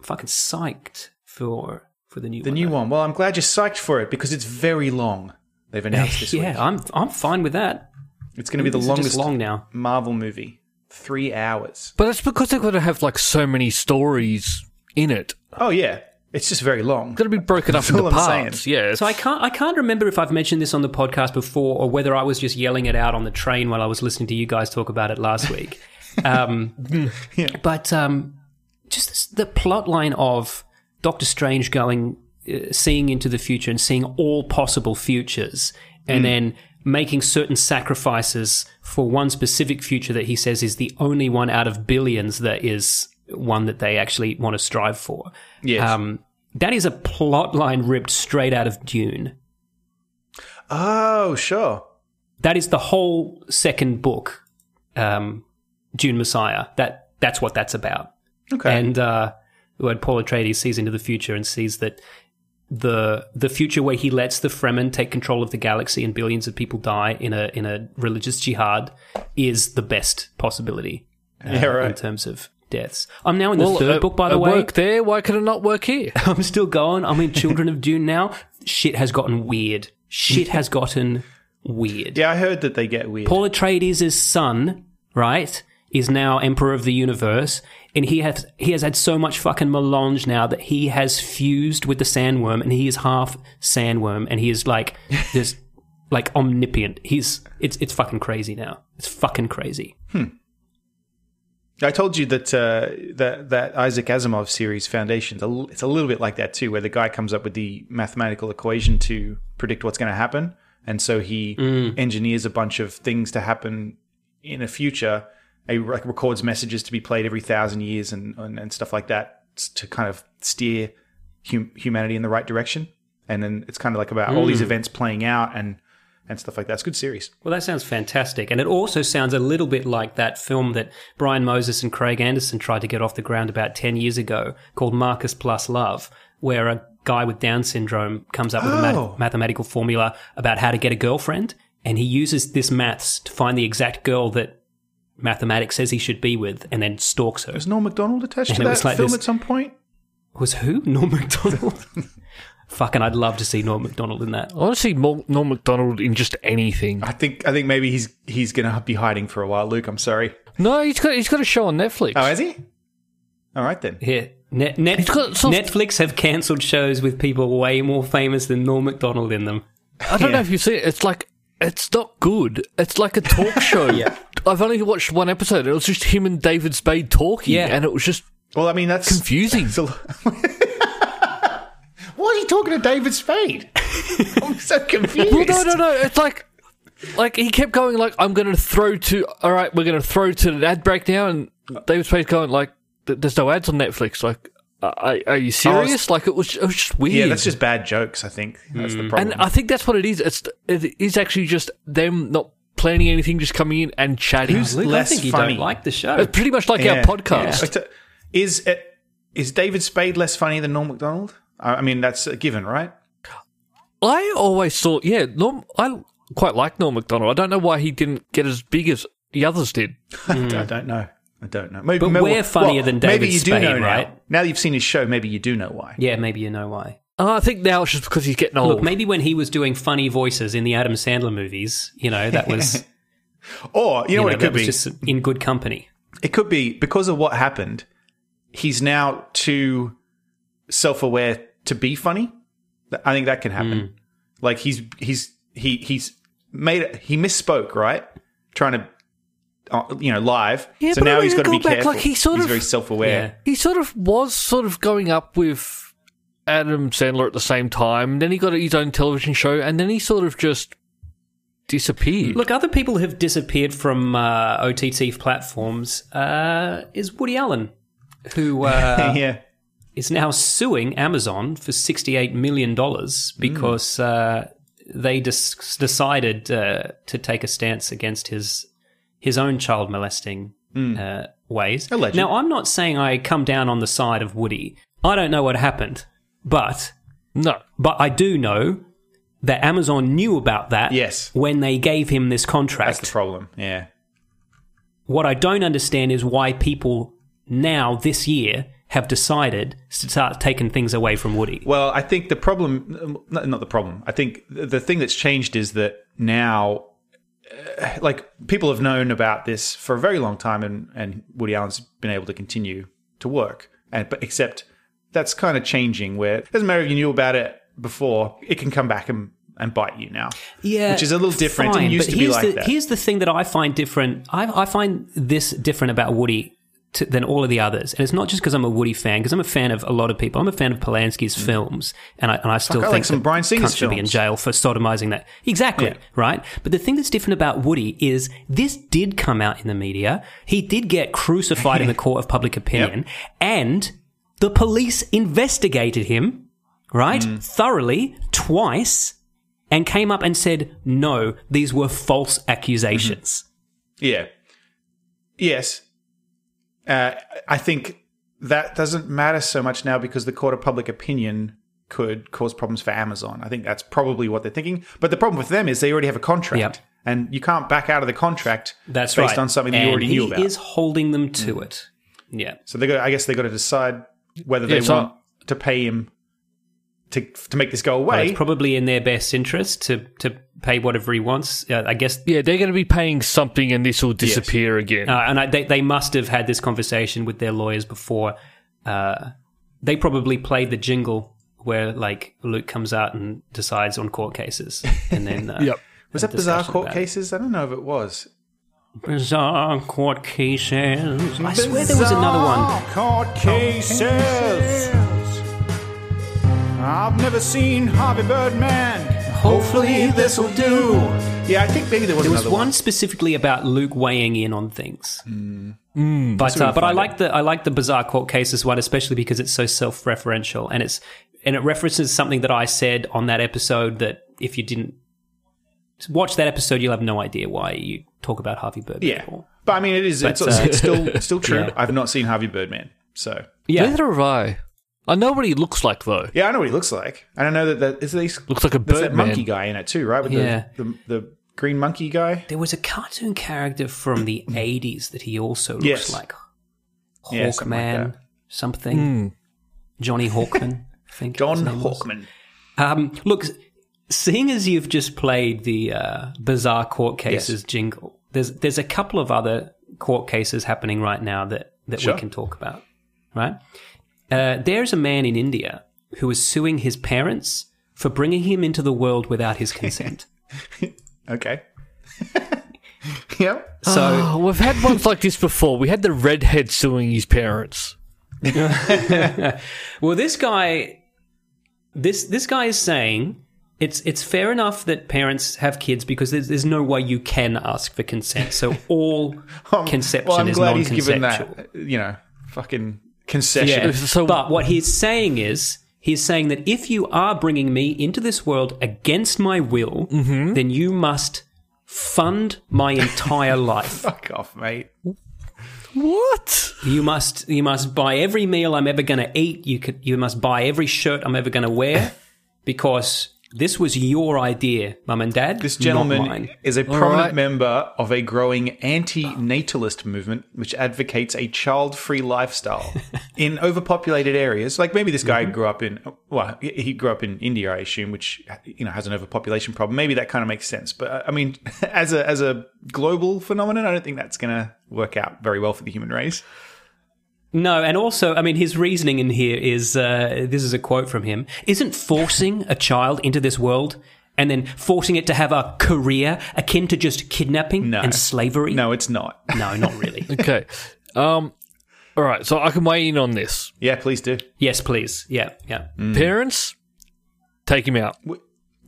fucking psyched for for the new the one. new though. one. Well, I'm glad you're psyched for it because it's very long. They've announced this yeah, week. I'm I'm fine with that. It's going to be the These are longest just long now. Marvel movie. Three hours. but that's because they're going to have like so many stories in it. Oh yeah, it's just very long. It's going to be broken up That's all into I'm parts. Yeah. it's- So I can't I can't remember if I've mentioned this on the podcast before or whether I was just yelling it out on the train while I was listening to you guys talk about it last week. Um, But um, just this, the plot line of Doctor Strange Mm. going uh, seeing into the future and seeing all possible futures, and then making certain sacrifices for one specific future that he says is the only one out of billions that is one that they actually want to strive for. Yes. Um, that is a plot line ripped straight out of Dune. Oh, sure. That is the whole second book, um, Dune Messiah. That that's what that's about. Okay. And uh, when Paul Atreides sees into the future and sees that the the future where he lets the Fremen take control of the galaxy and billions of people die in a in a religious jihad is the best possibility. uh, Yeah, right. In terms of deaths, I'm now in the third it- book. By the it way, worked uh, there. Why could it not work here? I'm still going. I'm in Children of Dune now. Shit has gotten weird. Shit has gotten weird. yeah, I heard that they get weird. Paul Atreides' son, right, is now emperor of the universe, and he has he has had so much fucking melange now that he has fused with the sandworm, and he is half sandworm, and he is like just like omnipotent. He's it's it's fucking crazy now. It's fucking crazy. I told you that uh, that that Isaac Asimov series Foundations. a l- It's a little bit like that too, where the guy comes up with the mathematical equation to predict what's going to happen, and so he Mm. engineers a bunch of things to happen in a future. He rec- records messages to be played every thousand years and and, and stuff like that s- to kind of steer hum- humanity in the right direction. And then it's kind of like about all Mm. these events playing out and and stuff like that. It's a good series. Well, that sounds fantastic, and it also sounds a little bit like that film that Brian Moses and Craig Anderson tried to get off the ground about ten years ago, called Marcus Plus Love, where a guy with Down syndrome comes up with a Oh. math- mathematical formula about how to get a girlfriend, and he uses this maths to find the exact girl that mathematics says he should be with, and then stalks her. Was Norm Macdonald attached to And it that was like film this- at some point? Was who Norm Macdonald? Fucking, I'd love to see Norm Macdonald in that. I want to see Mor- Norm Macdonald in just anything. I think I think maybe he's he's gonna be hiding for a while, Luke. I'm sorry. No, he's got he's got a show on Netflix. Oh, has he? All right then. Yeah. Net, net, It's got soft- Netflix have cancelled shows with people way more famous than Norm MacDonald in them. I don't know if you see it. It's like it's not good. It's like a talk show. Yeah. I've only watched one episode. It was just him and David Spade talking, Yeah. and it was just Well, I mean that's confusing. it's a lo- Why are you talking to David Spade? I'm so confused. Well, no, no, no. It's like, like he kept going. Like I'm going to throw to. All right, we're going to throw to an ad break now. And David Spade going like, "Th- "There's no ads on Netflix." Like, are, are you serious? like it was, it was just weird. Oh, Yeah, that's just bad jokes. I think that's Mm. the problem. And I think that's what it is. It's it is actually just them not planning anything, just coming in and chatting. Who's- Luke, less I think you funny. don't like the show. It's pretty much like Yeah. our podcast. It's a- Is it, is David Spade less funny than Norm Macdonald? I I mean, that's a given, right? I always thought, yeah, Norm. I quite like Norm Macdonald. I don't know why he didn't get as big as the others did. I don't know. I don't know. Maybe, Mm. But maybe- we're funnier than David maybe you Spade, do know now. right? Now that you've seen his show, maybe you do know why. Yeah, maybe you know why. And I think now it's just because he's getting old. Oh. Look, maybe when he was doing funny voices in the Adam Sandler movies, you know, that was, you Or you know, know what it that could was be? just in good company. It could be because of what happened. He's now too self-aware to be funny. Th- I think that can happen. Like he's he's he he's made it, he misspoke right, trying to uh, you know live. Yeah, so but I now mean, he's got to go be back, careful. like, he sort he's of- very self-aware. he sort of was sort of going up with Adam Sandler at the same time. Then he got his own television show, and then he sort of just disappeared. Look, other people have disappeared from uh, OTT platforms. Uh, is Woody Allen, who uh, Yeah. is now suing Amazon for $68 million Hmm. because uh, they dis- decided uh, to take a stance against his his own child molesting uh, ways. Hmm. Alleged. Now, I'm not saying I come down on the side of Woody. I don't know what happened, but no, but I do know that Amazon knew about that Yes. when they gave him this that's the contract. problem. Yeah, What I don't understand is why people now this year have decided to start taking things away from Woody. Well, I think the problem, um, not, not the problem. I think the, the thing that's changed is that now, uh, like people have known about this for a very long time, and and Woody Allen's been able to continue to work, and but except that's kind of changing. Where it doesn't matter if you knew about it before, it can come back and and bite you now. Yeah, which is a little different. It fine, used but to be here's like the, that. Here's the thing that I find different. I, I find this different about Woody to, than all of the others. And it's not just because I'm a Woody fan, because I'm a fan of a lot of people. I'm a fan of Polanski's films, and I, and I still I Mm. like think some that Bryan Singer's cunts should be in films. jail for sodomizing that. Exactly, Yeah. right? But the thing that's different about Woody is this did come out in the media. He did get crucified in the court of public opinion, and the police investigated him, right? Mm. Thoroughly, twice, and came up and said, no, these were false accusations. Mm-hmm. Yeah. Yes. Uh, I think that doesn't matter so much now because the court of public opinion could cause problems for Amazon. I think that's probably what they're thinking. But the problem with them is they already have a contract. Yep. And you can't back out of the contract That's based right. on something that and you already he knew about. Mm. is holding them to it. Yeah. so they got, I guess they got to decide whether they Yeah, so- want to pay him to to make this go Well, away. it's probably in their best interest to, to pay whatever he wants. Uh, I guess, Yeah, they're going to be paying something, and this will disappear again. uh, and I, they, they must have had this conversation with their lawyers before. Uh, they probably played the jingle where like Luke comes out and decides on court cases, and then uh, Yep. was had that bizarre discussion court about it. cases? I don't know if it was. bizarre court cases. I swear there was another one. Court cases. I've never seen Harvey Birdman. Hopefully this will do. Yeah, I think maybe there was There was another one specifically about Luke weighing in on things. Hmm. but uh, but I like the I like the bizarre court cases one, especially because it's so self-referential and it's and it references something that I said on that episode that if you didn't watch that episode, you'll have no idea why you talk about Harvey Birdman. Yeah, or- but I mean, it is. it's, But, uh, it's still it's still true. yeah. I've not seen Harvey Birdman, so yeah. Neither have I. I know what he looks like though. yeah, I know what he looks like. And I know that that is these Looks like a there's that Birdman. monkey guy in it too, right? With Yeah. the, the the green monkey guy. There was a cartoon character from the '80s that he also looks Yes. like Yeah, something like Hawkman, that. something Johnny Hawkman. I think John his name was. Hawkman. Um, look, seeing as you've just played the uh, bizarre court cases jingle, there's there's a couple of other court cases happening right now that that Sure. we can talk about. Right, uh, there's a man in India who is suing his parents for bringing him into the world without his consent. Okay. yep. so. Oh, we've had ones like this before. We had the redhead suing his parents. Well, this guy, this this guy is saying it's it's fair enough that parents have kids because there's, there's no way you can ask for consent. So all Um, conception Well, I'm is glad he's given non-consensual. that. You know, fucking concession. Yeah. So- but what he's saying is. He's saying that if you are bringing me into this world against my will, then you must fund my entire life. Fuck off, mate. What? You must you must buy every meal I'm ever going to eat. You could you must buy every shirt I'm ever going to wear because this was your idea, mum and dad. This not mine. gentleman is a prominent right. member of a growing anti-natalist movement, which advocates a child-free lifestyle in overpopulated areas. Like maybe this guy Mm-hmm. grew up in, well, he- he grew up in India, I assume, which you know has an overpopulation problem. Maybe that kind of makes sense. But uh, I mean, as a as a global phenomenon, I don't think that's going to work out very well for the human race. No, and also, I mean, his reasoning in here is uh, this is a quote from him: "Isn't forcing a child into this world and then forcing it to have a career akin to just kidnapping No. and slavery? No, it's not. no, not really. Okay. Um. All right. So I can weigh in on this. yeah, please do. yes, please. Yeah, yeah. Hmm. Parents, take him out.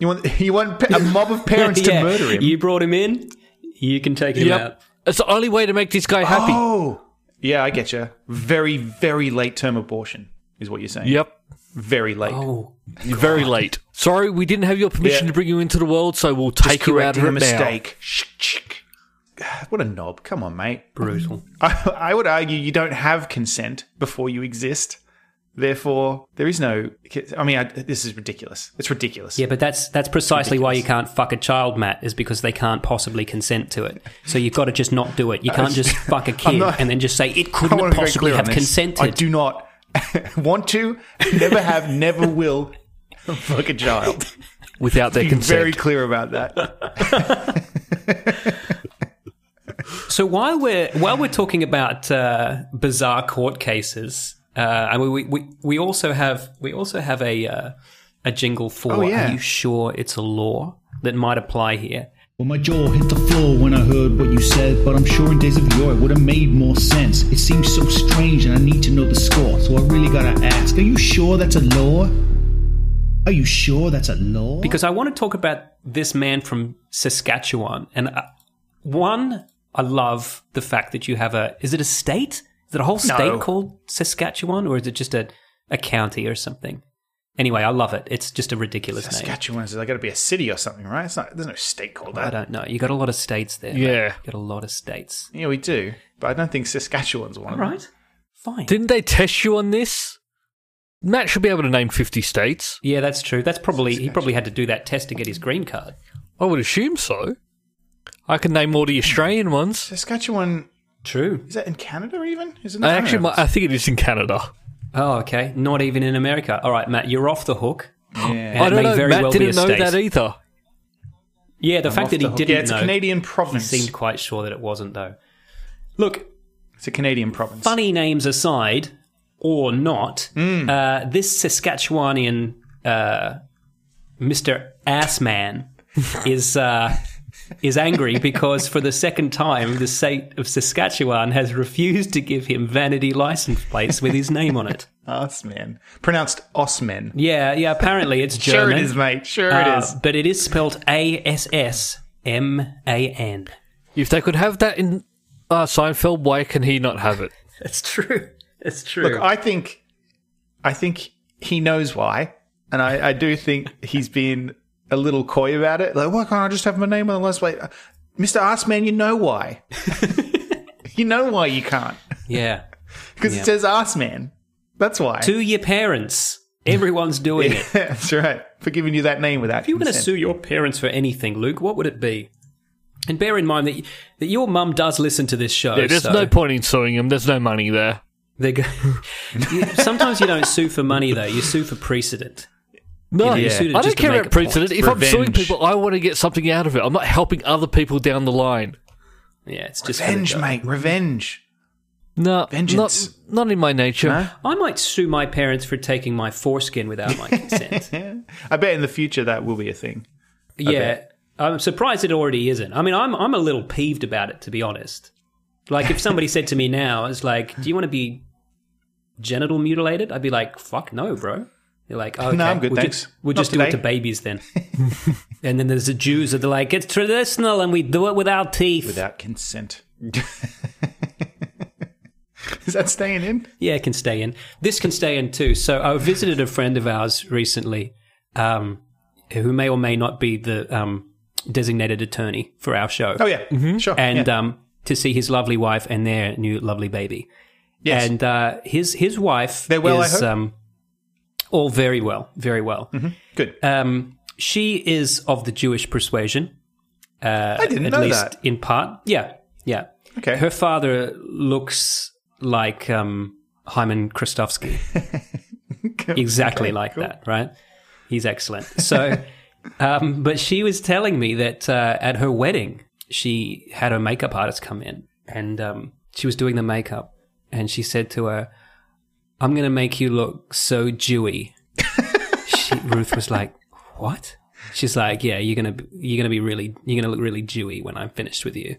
You want you want pa- a mob of parents Yeah, to murder him? You brought him in. You can take him out. It's the only way to make this guy happy. Oh, yeah, I get you. Very, very late term abortion is what you're saying. Yep. Very late. Oh, Very late. Sorry, we didn't have your permission to Yeah. bring you into the world, so we'll take you out of Correcting it a now. mistake. Shh, shh. What a knob. Come on, mate. brutal. I, I would argue you don't have consent before you exist. Therefore, there is no. I mean, I, this is ridiculous. It's ridiculous. Yeah, but that's that's precisely why you can't fuck a child, Matt, is because they can't possibly consent to it. So you've got to just not do it. You can't just fuck a kid not- and then just say it I couldn't want to be very possibly clear on have this. consented. I do not want to, never have, never will fuck a child. Without their Be very consent. clear about that. So while we're while we're talking about uh, bizarre court cases, uh, I mean, we, we we also have we also have a uh, a jingle for. Oh, yeah. Are you sure it's a law that might apply here? Well, my jaw hit the floor when I heard what you said, but I'm sure in days of yore it would have made more sense. It seems so strange, and I need to know the score, so I really gotta ask: Are you sure that's a law? Are you sure that's a law? because I want to talk about this man from Saskatchewan. And uh, one, I love the fact that you have a. Is it a state? Is it a whole state No. called Saskatchewan, or is it just a, a county or something? Anyway, I love it. It's just a ridiculous name. Saskatchewan is like got to be a city or something, right? It's not. There's no state called I that. don't know. You got a lot of states there. mate. Yeah. You got a lot of states. Yeah, we do, but I don't think Saskatchewan's one. All of them. right. Fine. Didn't they test you on this? Matt should be able to name 50 states. yeah, that's true. That's probably he probably had to do that test to get his green card. I would assume so. I can name all the Australian ones. Saskatchewan True. is that in Canada? Even is it? I actually, know. might, I think it is in Canada. Oh, okay. Not even in America. All right, Matt, you're off the hook. Yeah. And I it don't may know. very Matt well be didn't a know state. that either. Yeah, the I'm fact off that he the hook. didn't Yeah, it's know. a Canadian province. seemed quite sure that it wasn't though. Look, It's a Canadian province. funny names aside, or not, Hmm. uh, this Saskatchewanian uh, Mister Assman is uh, is angry because for the second time, the state of Saskatchewan has refused to give him vanity license plates with his name on it. Osman, pronounced Osman. Yeah, yeah. Apparently, it's Sure German. it is, mate. Sure Uh, it is. but it is spelled A S S M A N. If they could have that in uh, Seinfeld, why can he not have it? That's true. It's true. Look, I think, I think he knows why, and I, I do think he's been a little coy about it. Like, why can't I just have my name on the list? Wait, uh, Mr. Arsman, you know why? you know why you can't yeah. because it says Arsman. That's why. to your parents. Everyone's doing it. If That's right. For giving you that name without you were going to consent. sue your parents for anything, Luke, what would it be? And bear in mind that y- that your mum does listen to this show. Yeah, there's so no point in suing him. There's no money there. they go- You- sometimes you don't sue for money though. You sue for precedent. No, you sued him I don't just to care make about a point. precedent. If I'm suing Revenge. people, I want to get something out of it. I'm not helping other people down the line. Yeah, it's just for the Revenge, go. mate. Revenge. No, Vengeance. Not, not in my nature. No? I might sue my parents for taking my foreskin without my consent. I bet in the future that will be a thing. yeah, I'm surprised it already isn't. I mean, I'm I'm a little peeved about it to be honest. Like if somebody said to me now, it's like, do you want to be genital mutilated? I'd be like, fuck no, bro. You're like, okay, I'm good, we'll thanks. Just, we'll Not just do it to today." babies then. and then there's the Jews that are like, it's traditional and we do it with our teeth. Without consent. is that staying in? Yeah, it can stay in. This can stay in too. So I visited a friend of ours recently, um, who may or may not be the um, designated attorney for our show. Oh, yeah. Sure. and yeah. um, to see his lovely wife and their new lovely baby. Yes. And uh, his his wife They're well, I is hope? Mm-hmm. um, all very well, very well. Good. Um, she is of the Jewish persuasion, I didn't at know least that. in part. Yeah, yeah. Okay. Her father looks like um, Hyman Kristofsky, exactly like that. Right? He's excellent. So, um, but she was telling me that uh, at her wedding, she had her makeup artist come in, and um, she was doing the makeup, and she said to her, "I'm going to make you look so Jewy." she, Ruth was like, "What?" She's like, "Yeah, you're gonna be- you're gonna be really you're gonna look really Jewy when I'm finished with you."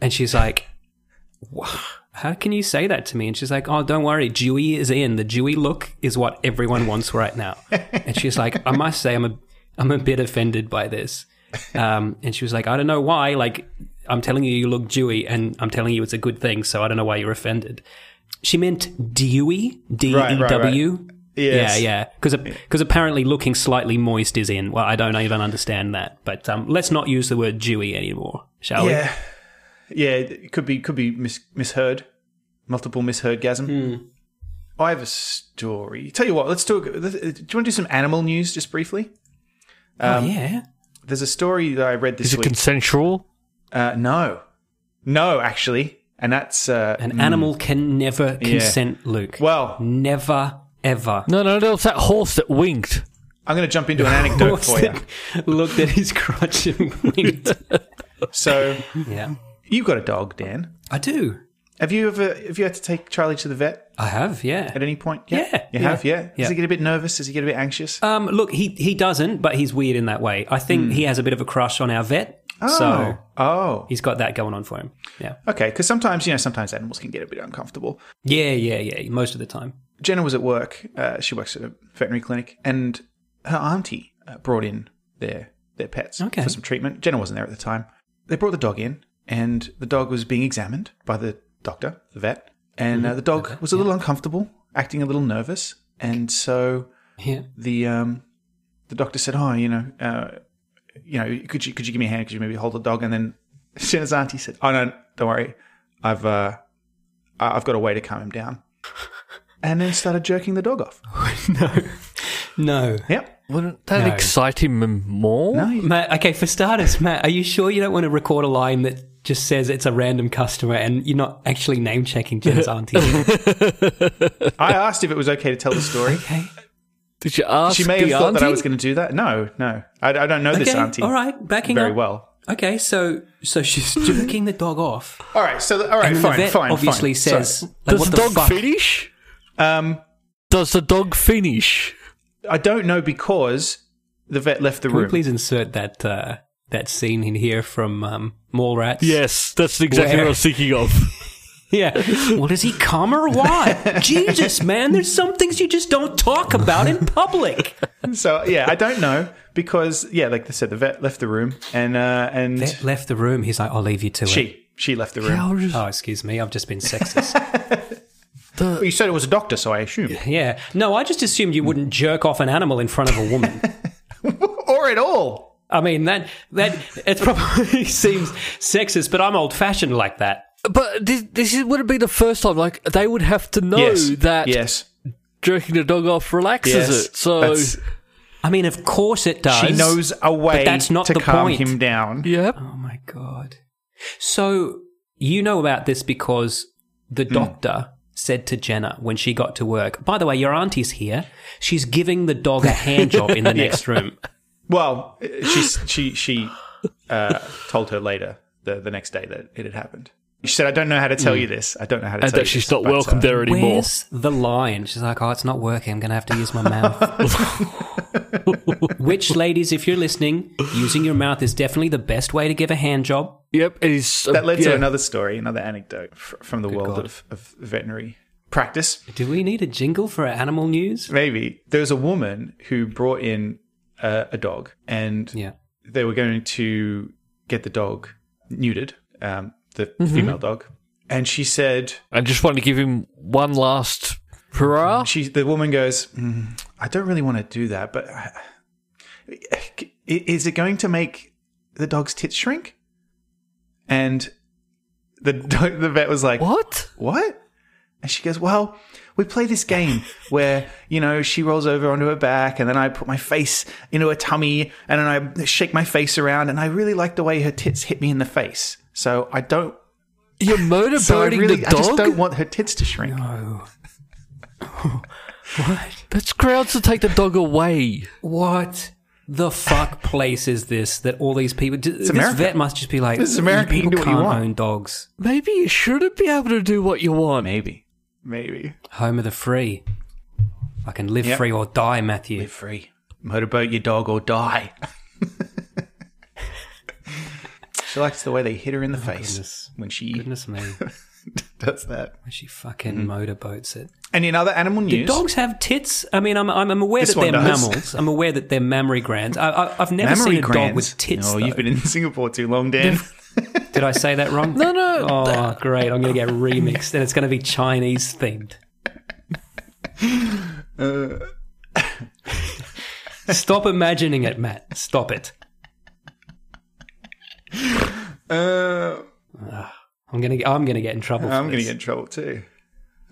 And she's like, "Wha- "How can you say that to me?" And she's like, "Oh, don't worry, Jewy is in. The Jewy look is what everyone wants right now." and she's like, "I must say, I'm a I'm a bit offended by this." Um, and she was like, "I don't know why. Like, I'm telling you, you look Jewy, and I'm telling you it's a good thing. So I don't know why you're offended." She meant Dewey, D E right, right. W. Yes. Yeah, yeah. Because apparently looking slightly moist is in. Well, I don't even understand that. But um, let's not use the word Jewy anymore, shall we? yeah. Yeah. It could be, could be mis- misheard. Multiple misheard gasm. Hmm. I have a story. Tell you what, let's do. A, do you want to do some animal news just briefly? Um, oh, yeah. There's a story that I read this Is it week. consensual? uh, no, no, actually, and that's uh, An animal can never consent, Luke. well. never, ever. No, no, there was that horse that winked. I'm going to jump into an anecdote for you. Austin looked at his crotch and winked. So yeah. you've got a dog, Dan. I do. Have you ever? Have you had to take Charlie to the vet I have, yeah. at any point? Yeah, yeah, you have. Yeah. yeah. Uh, Does he get a bit nervous? Does he get a bit anxious? Um, look, he, he doesn't, but he's weird in that way. I think he has a bit of a crush on our vet. Hmm. Oh, So oh, he's got that going on for him. Yeah. okay. Because sometimes you know, sometimes animals can get a bit uncomfortable. Yeah, yeah, yeah. Most of the time. Jenna was at work. Uh, she works at a veterinary clinic, and her auntie uh, brought in their their pets Okay. for some treatment. Jenna wasn't there at the time. They brought the dog in, and the dog was being examined by the doctor, the vet, and uh, the dog was a little uncomfortable, acting a little nervous, and so Yeah. the um, the doctor said, "Oh, you know, uh, you know, could you could you give me a hand? Could you maybe hold the dog?" And then Jenna's auntie said, "Oh no, don't worry, I've uh, I- I've got a way to calm him down." And then started jerking the dog off. no. No. Yep. Wouldn't that No. excite him m- more? No. Matt, okay, for starters, Matt, are you sure you don't want to record a line that just says it's a random customer and you're not actually name checking Jen's auntie? I asked if it was okay to tell the story. Okay. Did you ask She may have the thought that I auntie? was going to do that. No, no, I, I don't know this okay. auntie All right, backing very up. well. Okay, so so she's jerking the dog off. All right, so all right, and then fine, the vet fine, obviously fine. says, Sorry. like, Does what the the, dog fuck? finish? um, Does the dog finish? "I don't know because the vet left the Can we room." please insert that uh, that scene in here from um, Mallrats? Yes, that's exactly what I was thinking of. Yeah. Well, does he come or what? Jesus, man, there's some things you just don't talk about in public. So yeah, I don't know because yeah, like I said, the vet left the room and uh, and Vet left the room. He's like, I'll leave you to it. she she left the room. I was just- Oh, excuse me. I've just been sexist. Well, you said it was a doctor, so I assume yeah. No, I just assumed you wouldn't jerk off an animal in front of a woman. or at all. I mean, that that it probably seems sexist, but I'm old fashioned like that. Uh, But this, this is, would it be the first time? Like they would have to know yes, Oh, that yes, jerking the dog off relaxes yes. it. So That's- I mean, of course it does. she knows a way that's not to the calm point. him down. yep. Oh my god. So you know about this because the Hmm. doctor said to Jenna when she got to work, by the way, your auntie's here. She's giving the dog a hand job in the next room. Well, she she she uh, told her later the the next day that it had happened. She said, "I don't know how to tell you this. I don't know how to." Hmm. and tell that you she's this, not but, welcome uh, there anymore. Where's the line? She's like, oh, it's not working. I'm going to have to use my mouth. Which, ladies, if you're listening, using your mouth is definitely the best way to give a hand job. Yep, it is. um, That led yeah. to another story, another anecdote fr- from the world God. of, of veterinary practice. Do we need a jingle for our animal news? maybe there was a woman who brought in uh, a dog and Yeah. they were going to get the dog neutered um, the female dog and she said I just wanted to give him one last hurrah. she the woman goes mm, i don't really want to do that but I- I- is it going to make the dog's tits shrink and the dog, the vet was like What? what? And she goes, well, we play this game where, you know, she rolls over onto her back and then I put my face into her tummy and then I shake my face around and I really like the way her tits hit me in the face. So I don't, You're motorboating so I really, the I just dog? don't want her tits to shrink. What? That's grounds to take the dog away. What the fuck place is this that all these people? d- this America. vet must just be like, This is America, you You can people do what can't you want." own dogs. Maybe you shouldn't be able to do what you want. Maybe, maybe. Home of the free. I can live Yep. free or die, Matthew. Be free. Motorboat your dog or die. she likes the way they hit her in the face goodness. when she Goodness me, When does that. she fucking Mm-hmm. motorboats it. And in other animal Do news, dogs have tits? I mean, I'm I'm, I'm aware This that they're one does. mammals. I'm aware that they're mammary glands. I, I, I've never mammary seen a glands. dog with tits. No, though. you've been in Singapore too long, Dan. Did I say that wrong? No, no. Oh, great! I'm going to get remixed, and it's going to be Chinese themed. Uh, Stop imagining it, Matt. Stop it. Uh, I'm gonna get. I'm gonna get in trouble. for I'm going to this. get in trouble too.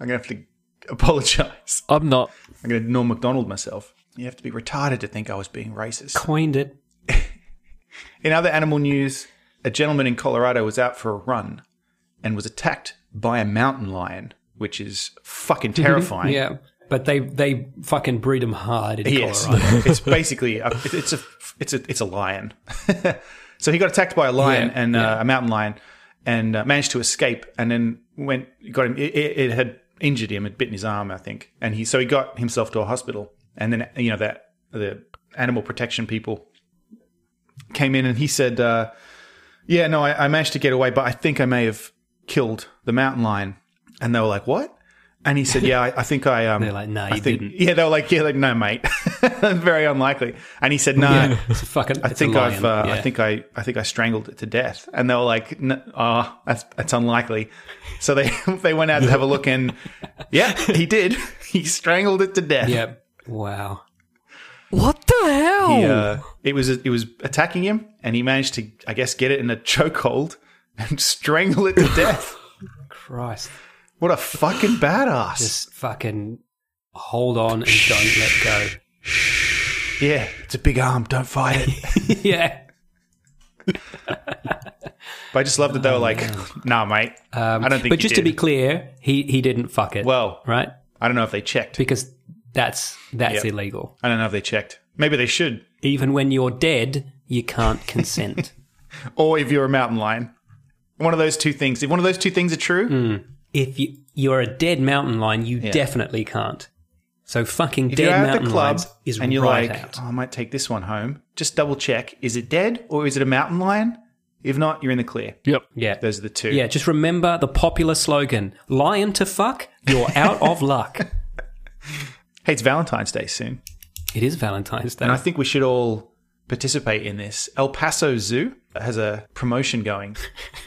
I'm going to have to apologize. I'm not. I'm going to Norm MacDonald myself. You have to be retarded to think I was being racist. coined it. In other animal news, a gentleman in Colorado was out for a run and was attacked by a mountain lion, which is fucking terrifying. Yeah, but they they fucking breed them hard in Yes, Colorado. it's basically a, it's a it's a it's a lion. so he got attacked by a lion Yeah, and Uh, a mountain lion, and uh, managed to escape. And then went got him. It, it it had injured him. It bitten his arm, I think. And he so he got himself to a hospital. And then you know that the animal protection people came in and he said. Uh, Yeah, no, I, I managed to get away, but I think I may have killed the mountain lion. And they were like, "What?" And he said, "Yeah, I, I think I." Um, They're like, "Nah, I you think, didn't." Yeah, they were like, "Yeah, like no, mate, very unlikely." And he said, "No, It's a fucking. I think I've, uh, I think I, I think I strangled it to death. And they were like, "N- "Ah, that's that's unlikely." So they they went out to have a look, and yeah, he did. He strangled it to death. Yep. Wow. What the hell? He, uh, it was it was attacking him, and he managed to, I guess, get it in a chokehold and strangle it to death. Christ. What a fucking badass! Just fucking hold on and don't let go. yeah, it's a big arm. Don't fight it. yeah. But I just loved that they were like, "Nah, mate, Um, I don't think." But you just to did." be clear, he he didn't fuck it. well, right? I don't know if they checked. Because that's that's Yep. illegal. I don't know if they checked. Maybe they should. Even when you're dead, you can't consent. Or if you're a mountain lion, one of those two things. If one of those two things are true, Mm. if you you're a dead mountain lion, you definitely can't. So fucking if dead you're at mountain the club lions is and you're right like, out. "Oh, I might take this one home," just double check: is it dead or is it a mountain lion? If not, you're in the clear. yep. yeah. Those are the two. Yeah, just remember the popular slogan, lion to fuck, you're out of luck. Hey, it's Valentine's Day soon, It is Valentine's Day. and I think we should all participate in this. El Paso Zoo has a promotion going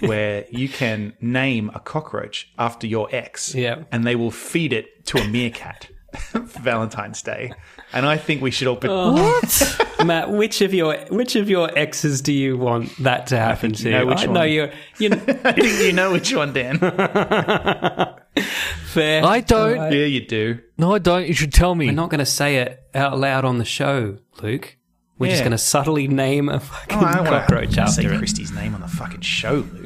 where you can name a cockroach after your ex, Yeah. and they will feed it to a meerkat. for Valentine's Day, and I think we should all. Oh. What? Matt, which of your which of your exes do you want that to happen think to? you know which I know one. you. You I think you know which one, Dan. fair. I don't. Yeah, you do. No, I don't. You should tell me. We're not going to say it out loud on the show, Luke. We're just Yeah. going to subtly name a fucking Oh, I don't want cockroach to say after it. Christie's name on the fucking show,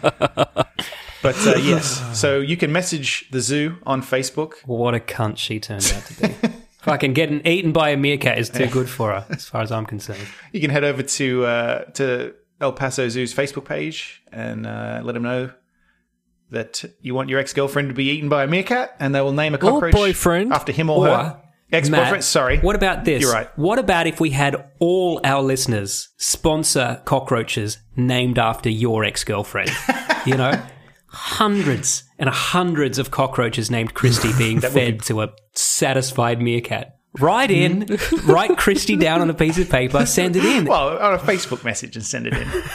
Luke. But uh, yes, so you can message the zoo on Facebook. What a cunt she turned out to be. fucking getting eaten by a meerkat is too good for her, as far as I'm concerned. You can head over to uh, to El Paso Zoo's Facebook page and uh, let them know that you want your ex girlfriend to be eaten by a meerkat, and they will name a cockroach boyfriend. after him or, her. Ex boyfriend. Matt, Sorry. What about this? You're right. What about if we had all our listeners sponsor cockroaches named after your ex girlfriend? you know, hundreds and hundreds of cockroaches named Christy being fed to a satisfied meerkat. Write in, write Christy down on a piece of paper, send it in. Mm. Well, on a Facebook message and send it in.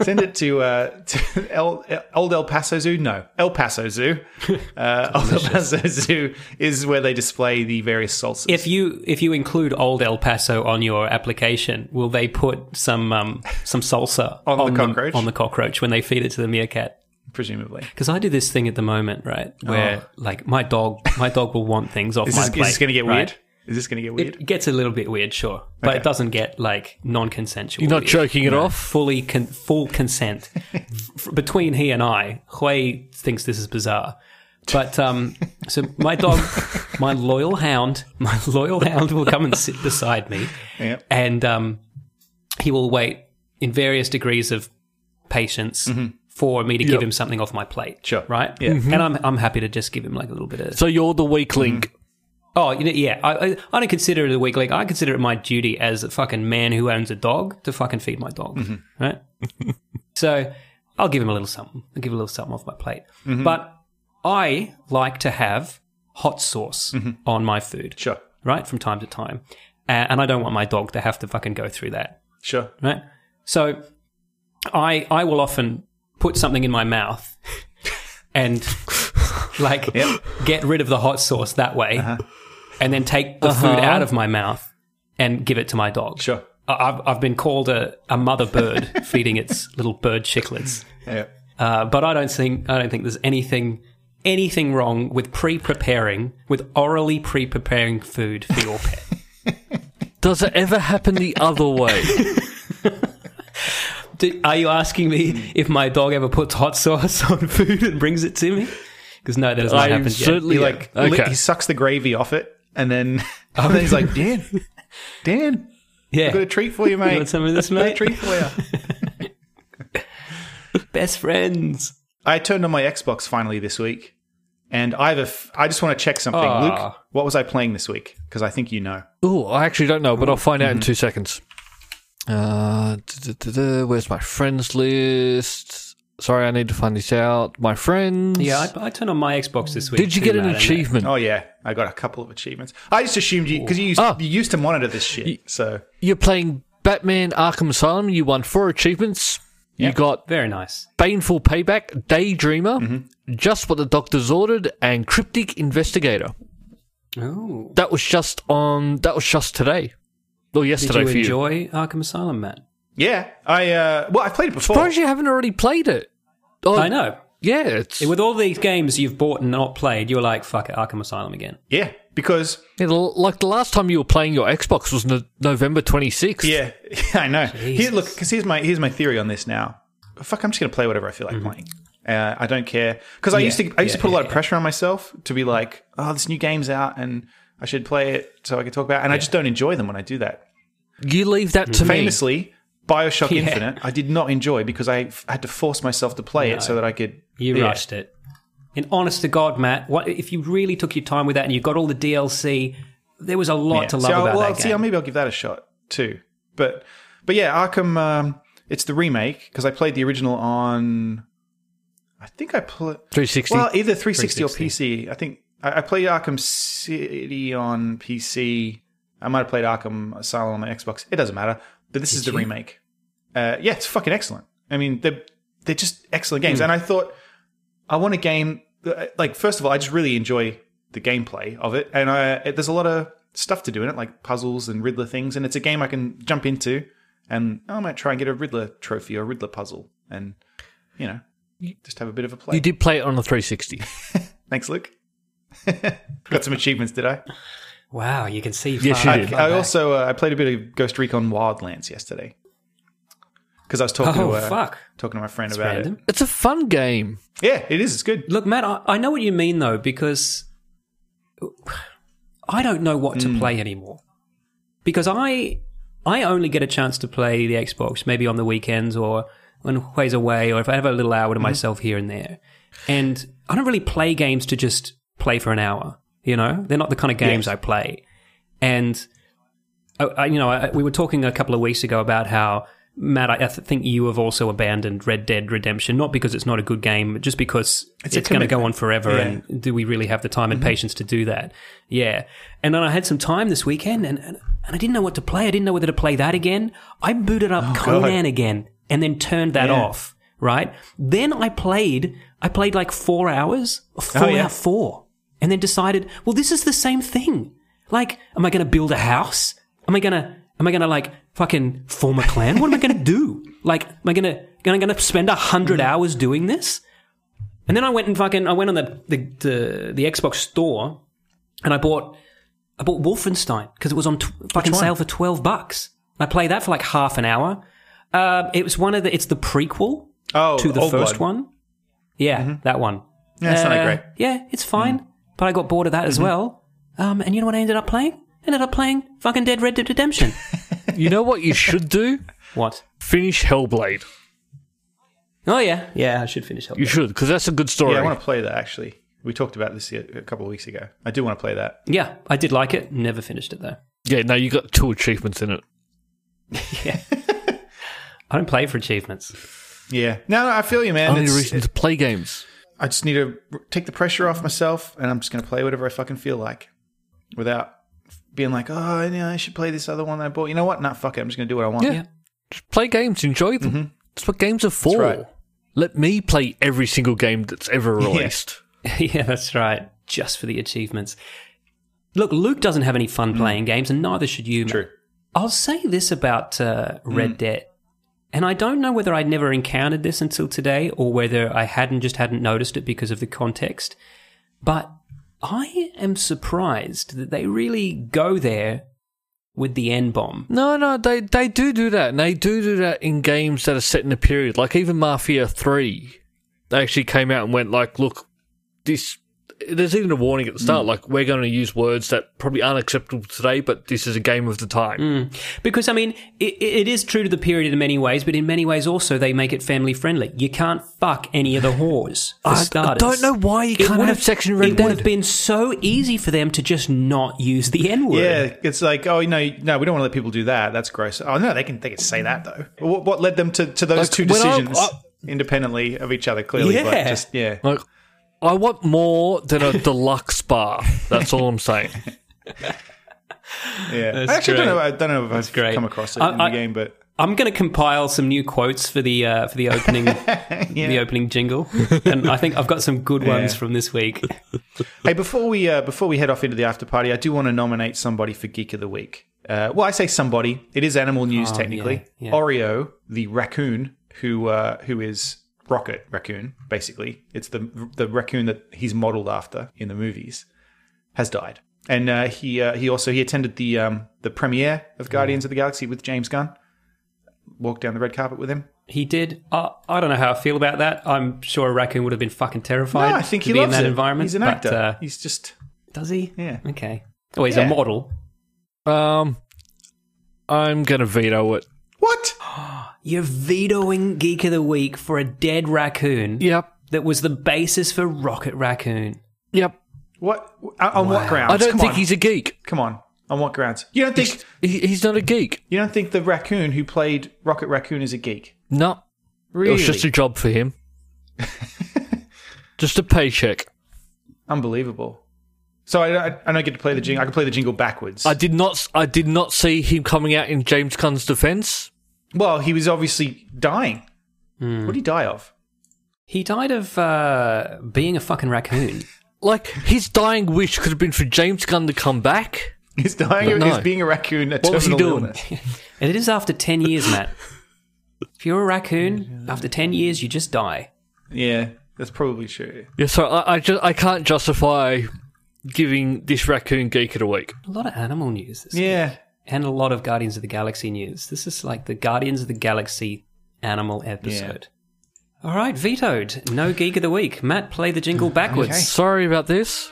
send it to, uh, to El, Old El Paso Zoo. No, El Paso Zoo. Uh, Old El Paso Zoo is where they display the various salsas. if you if you include old El Paso on your application, will they put some um, some salsa On the them- cockroach? on the cockroach when they feed it to the meerkat? presumably. Because I do this thing at the moment, right, where like my dog, my dog will want things off Is my Oh. this, plate. going to get right? weird? Is this going to get weird? It gets a little bit weird, sure, but it doesn't get like non-consensual. You're not weird. jerking it No, off? Fully, con- full consent F- between he and I. Hui thinks this is bizarre, but um, so my dog, my loyal hound, my loyal hound will come and sit beside me, Yeah. and um, he will wait in various degrees of patience for me to give him something off my plate. Mm-hmm. Sure. right? Yeah. Mm-hmm. and I'm I'm happy to just give him like a little bit of so you're the weak link. Oh, you know, yeah. I, I, I don't consider it a weak link. I consider it my duty as a fucking man who owns a dog to fucking feed my dog. Right? so I'll give him a little something. I'll give a little something off my plate. But I like to have hot sauce on my food, Sure. right? From time to time. A- And I don't want my dog to have to fucking go through that Sure. right? So I I will often put something in my mouth and like get rid of the hot sauce that way, and then take the food out of my mouth and give it to my dog. Sure. I- I've I've been called a, a mother bird feeding its little bird chicklets, Yeah. uh, but I don't think I don't think there's anything. Anything wrong with pre-preparing, with orally pre-preparing food for your pet? Does it ever happen the other way? Do- Are you asking me if my dog ever puts hot sauce on food and brings it to me? Because no, that has not I happened yet. certainly He like okay. li- he sucks the gravy off it, and then, and then Oh, he's like, Dan, Dan, I've got Yeah, a treat for you, mate. want some of this, I've got a mate?" treat for you. best friends. I turned on my Xbox finally this week, and I have a. F- I just want to check something. Aw. Luke, what was I playing this week? Because I think you know. Mm-hmm. oh, I actually don't know, but I'll find out in two seconds. Uh, duh, duh, duh, duh, where's my friends list? Sorry, I need to find this out. My friends. Yeah, I, I turned on my Xbox this week. Did you too, get an Matt, and achievement? Oh yeah, I got a couple of achievements. I just assumed you because you used, Ah. you used to monitor this shit. So You're playing Batman Arkham Asylum. You won four achievements. You got Very nice. Baneful Payback, Daydreamer, Mm-hmm. Just What the Doctors Ordered, and Cryptic Investigator. Oh, That was just on. That was just today. Or did yesterday you for you. enjoy Arkham Asylum, Matt? yeah, I uh, well I played it before. Surprised you haven't already played it. Oh, I know. Yeah, it's With all these games you've bought and not played, you were like, "Fuck it, Arkham Asylum again." Yeah, because you know, like the last time you were playing your Xbox was no- November 26th. yeah, I know. Here, look, because here's my here's my theory on this now. Fuck, I'm just gonna play whatever I feel Mm-hmm. like playing. Uh, I don't care because I used to I used to put a lot of pressure on myself to be like, oh, this new game's out and I should play it so I can talk about. it. And I just don't enjoy them when I do that. You leave that to me. Famously, Bioshock Infinite, I did not enjoy because I f- had to force myself to play it so that I could. You yeah. rushed it. And honest to God, Matt, what, if you really took your time with that and you got all the DLC, there was a lot Yeah. to love So, about well, that see, game. maybe I'll give that a shot too. But but yeah, Arkham. Um, it's the remake because I played the original on. I think I played 360. well either 360, or PC. I think I, I played Arkham City on PC. I might have played Arkham Asylum on my Xbox. It doesn't matter. But this is the remake. Uh, yeah, it's fucking excellent. I mean, they're they're just excellent games. And I thought I want a game. uh, Like, first of all, I just really enjoy the gameplay of it, and I, it, there's a lot of stuff to do in it, like puzzles and Riddler things, and it's a game I can jump into, and I might try and get a Riddler trophy or Riddler puzzle, and you know, just have a bit of a play. you did play it on the 360. Thanks, Luke. Got some achievements, did I? wow, you can see. Yes, far you did. back. I also uh, I played a bit of Ghost Recon Wildlands yesterday because I was talking Oh to uh, fuck! talking to my friend about Random. It's a fun game. it. Yeah, it is. It's good. Look, Matt, I, I know what you mean though, because I don't know what to play anymore. Because I I only get a chance to play the Xbox maybe on the weekends or when Hui's away, or if I have a little hour to myself here and there. And I don't really play games to just play for an hour. You know, they're not the kind of games I play. And I, I, you know, I, we were talking a couple of weeks ago about how Matt, I, I th- think you have also abandoned Red Dead Redemption, not because it's not a good game, but just because it's, a going to go commitment. Mm-hmm. on forever. And do we really have the time and patience to do that? Yeah. And then I had some time this weekend, and and, and I didn't know what to play. I didn't know whether to play that again. I booted up Conan again, and then turned that Oh, Yeah. off. Right. Then I played. I played like four hours. Four Oh, yeah. out four and then decided, well, this is the same thing. Like, am I going to build a house? Am I going to, am I going to like fucking form a clan? What am I going to do? Like, am I going to, going to spend a hundred Mm. hours doing this? And then I went and fucking, I went on the, the, the, the Xbox store and I bought, I bought Wolfenstein because it was on t- fucking one? sale for 12 bucks. I played that for like half an hour. Uh, it was one of the, it's the prequel Oh, Mm-hmm. to the Old first Blood. one. Yeah, that one. Yeah, it's not that Uh, great. Yeah, it's fine. But I got bored of that as well. Um, and you know what I ended up playing? Ended up playing fucking Dead Red Dead Redemption. You know what you should do? what? Finish Hellblade. Oh yeah, yeah. I should finish up. You should, because that's a good story. Yeah, I want to play that actually. We talked about this a a couple of weeks ago. I do want to play that. Yeah, I did like it. Never finished it though. Yeah, no, you got two achievements in it. I don't play for achievements. Yeah. No, no I feel you, man. Only It's- reason to play games. I just need to r- take the pressure off myself, and I'm just going to play whatever I fucking feel like, without being like, oh, yeah, I should play this other one I bought. You know what? Nah, fuck it. I'm just going to do what I want. Yeah. Just play games, enjoy them. That's what games are for. Mm-hmm. right. Let me play every single game that's ever released. yeah, that's right. Just for the achievements. Look, Luke doesn't have any fun playing games, and neither should you. True. I'll say this about uh, Red Dead, and I don't know whether I'd never encountered this until today, or whether I hadn't just hadn't noticed it because of the context. But I am surprised that they really go there with the N bomb. No, no, they they do do that, and they do do that in games that are set in a period. Like even Mafia Three, they actually came out and went like, "Look, this there's even a warning at the Mm. start, like we're going to use words that probably aren't acceptable today, but this is a game of the time. Mm. Because, I mean, it, it is true to the period in many ways, but in many ways also they make it family friendly. You can't fuck any of the whores, for I- I starters. don't know why you It can't would have sex in red It would wood. have been so easy for them to just not use the N word. Yeah, it's like, oh no, no, we don't want to let people do that. That's gross. Oh no, they can they can say that though. What, what led them to, to those Like, two when I- decisions I- independently of each other? Clearly, but Yeah. just yeah, Like, I want more than a deluxe bar. That's all I'm saying. yeah. I actually don't great. know. I don't know if I've great. come across it I- in the I- game, but I'm going to compile some new quotes for the uh, for the opening the opening jingle, and I think I've got some good ones Yeah. from this week. Hey, before we uh, before we head off into the after party, I do want to nominate somebody for Geek of the Week. Uh, well, I say somebody. It is animal news technically. Oh, yeah, yeah. Oreo, the raccoon, who uh, who is Rocket Raccoon, basically. It's the the raccoon that he's modeled after in the movies, has died, and uh, he uh, he also he attended the um, the premiere of Guardians of the Galaxy with James Gunn. Walked down the red carpet with him. He did. I I don't know how I feel about that. I'm sure a raccoon would have been fucking terrified. No, Ah, I think to he be loves in that it. environment. He's an but, actor. uh, he's just does he? Yeah. Okay. Oh, he's Yeah. a model. Um, I'm going to veto it. what? You're vetoing Geek of the Week for a dead raccoon Yep. that was the basis for Rocket Raccoon. Yep. What? On what grounds? I don't Come think on. he's a geek. Come on. On what grounds? You don't think He, he's not a geek. you don't think the raccoon who played Rocket Raccoon is a geek? No. Really? It was just a job for him. just a paycheck. Unbelievable. So I, I, I don't get to play the jingle. I can play the jingle backwards. I did not. I did not see him coming out in James Gunn's defense. well, he was obviously dying. Hmm. What did he die of? He died of uh, being a fucking raccoon. Like his dying wish could have been for James Gunn to come back. He's dying of No. his being a raccoon. A What was he terminal doing? illness. and it is after 10 years, Matt. If you're a raccoon, after 10 years, you just die. Yeah, that's probably true. Yeah, so I, I just I can't justify giving this raccoon geek of the week. A lot of animal news. This Yeah. and a lot of Guardians of the Galaxy news. This is like the Guardians of the Galaxy animal episode. All right, vetoed. No geek of the week. Matt, play the jingle backwards. Sorry about this.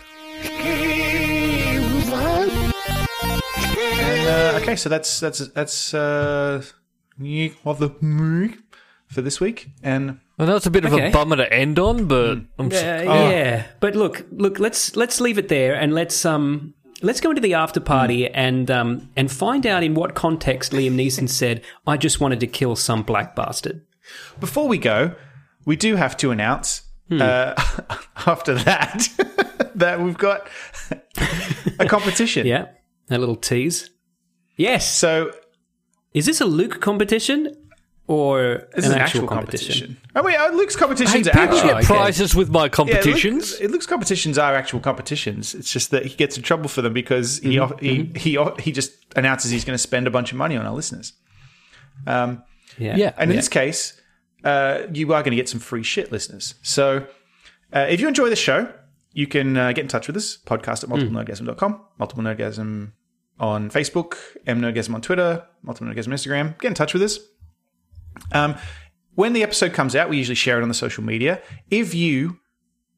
Uh, okay, so that's that's that's uh, Geek of the week for this week, and I know it's a bit of a Okay. bummer to end on, but Hmm. I'm s- Uh, Yeah, but look, look. Let's let's leave it there, and let's um let's go into the Hmm. after party and um and find out in what context Liam Neeson said, "I just wanted to kill some black bastard." Before we go, we do have to announce uh, after that that we've got a competition. Yeah, a little tease. Yes, So is this a Luke competition or this an, is an actual, actual competition? competition. I mean, uh, Luke's competitions Hey, are people actual get okay. prizes with my Yeah, Luke- competitions. Luke's competitions are actual competitions. It's just that he gets in trouble for them because he off he, he off- he just announces he's going to spend a bunch of money on our listeners. yeah, And in this case, uh, you are going to get some free shit, listeners. So uh, if you enjoy the show, you can uh, get in touch with us, podcast Hmm. at multiplenerdgasm.com, multiple nerdgasm on Facebook, mnerdgasm on Twitter, multiple nerdgasm Instagram. Get in touch with us. Um, when the episode comes out, we usually share it on the social media. If you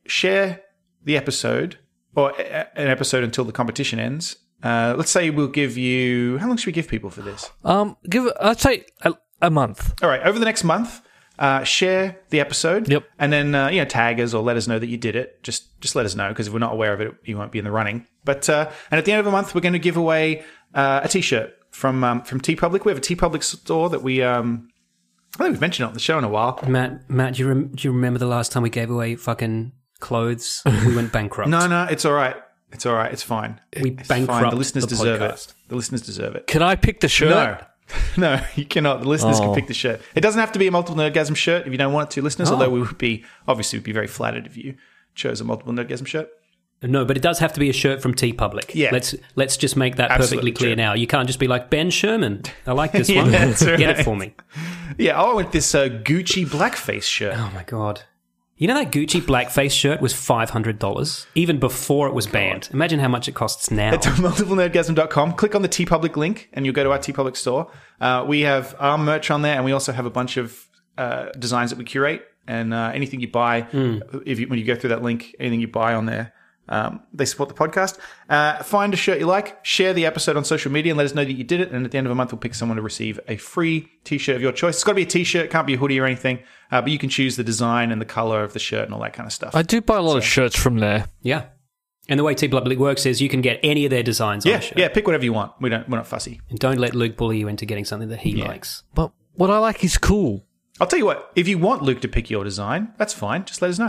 share the episode or a- a- an episode until the competition ends, uh, let's say we'll give you how long should we give people for this? Um, give it- I'd say a, a month. All right, over the next month, uh, share the episode. Yep. And then uh, you know, tag us or let us know that you did it. Just just let us know because if we're not aware of it, you won't be in the running. But uh, and at the end of the month, we're going to give away uh, a T-shirt from um, from T Public. We have a T Public store that we um, I think we've mentioned it on the show in a while. Matt, Matt, do you, rem- do you remember the last time we gave away fucking clothes? We went bankrupt. No, no, it's all right. It's all right. It's fine. we It's fine. bankrupt The listeners deserve podcast. it. The listeners deserve it. Can I pick the shirt? No. No, you cannot. The listeners Oh. can pick the shirt. It doesn't have to be a multiple nerdgasm shirt if you don't want it to, listeners. Although we would be obviously would be very flattered if you chose a multiple nerdgasm shirt. No, but it does have to be a shirt from T Public. Yeah. Let's let's just make that perfectly Absolutely clear true. now. You can't just be like Ben Sherman. I like this Yeah, one. that's Get right. it for me. Yeah, I want this uh, Gucci blackface shirt. Oh my god. You know that Gucci blackface shirt was five hundred dollars even before it was banned. Imagine how much it costs now. Head to multiplenerdgasm.com, click on the T Public link, and you'll go to our T Public store. Uh, we have our merch on there, and we also have a bunch of uh, designs that we curate. And uh, anything you buy, if you, when you go through that link, anything you buy on there Um, they support the podcast. Uh, find a shirt you like, share the episode on social media, and let us know that you did it. And at the end of a month, we'll pick someone to receive a free t-shirt of your choice. It's got to be a t-shirt, can't be a hoodie or anything, uh, but you can choose the design and the color of the shirt and all that kind of stuff. I do buy a lot of shirts from there. Yeah. And the way T Public works is you can get any of their designs on yeah, the shirt. yeah, pick whatever you want. We don't, we're not fussy. And don't let Luke bully you into getting something that he likes. But what I like is cool. I'll tell you what, if you want Luke to pick your design, that's fine. Just let us know.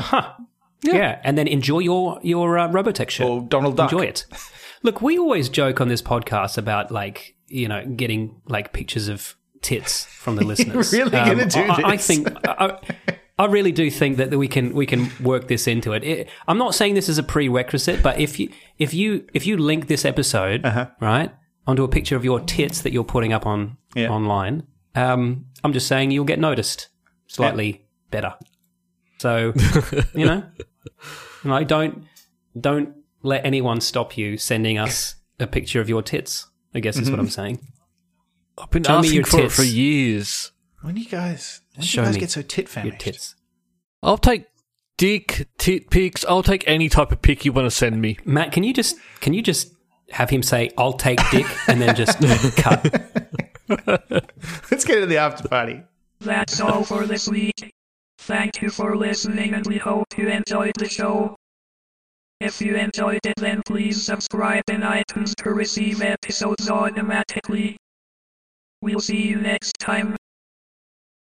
Yeah. And then enjoy your, your uh, Robotech shirt. Or Donald Duck. Enjoy it. Look, we always joke on this podcast about like, you know, getting like pictures of tits from the listeners. Um, really gonna do I, I- I this? think I, I- I really do think that we can we can work this into it. it. I'm not saying this is a prerequisite, but if you if you if you link this episode Uh-huh. right onto a picture of your tits that you're putting up on Yeah. online, um, I'm just saying you'll get noticed slightly better. So you know, like don't don't let anyone stop you sending us a picture of your tits. I guess is what I'm saying. I've been Show me asking your for tits. it for years. When do you guys, when do you Show guys me get so tit Your famished? tits. I'll take dick, tit pics. I'll take any type of pic you want to send me. Matt, can you just can you just have him say "I'll take dick" and then just cut? Let's get into the after party. That's all for this week. Thank you for listening and we hope you enjoyed the show. If you enjoyed it then please subscribe in iTunes to receive episodes automatically. We'll see you next time.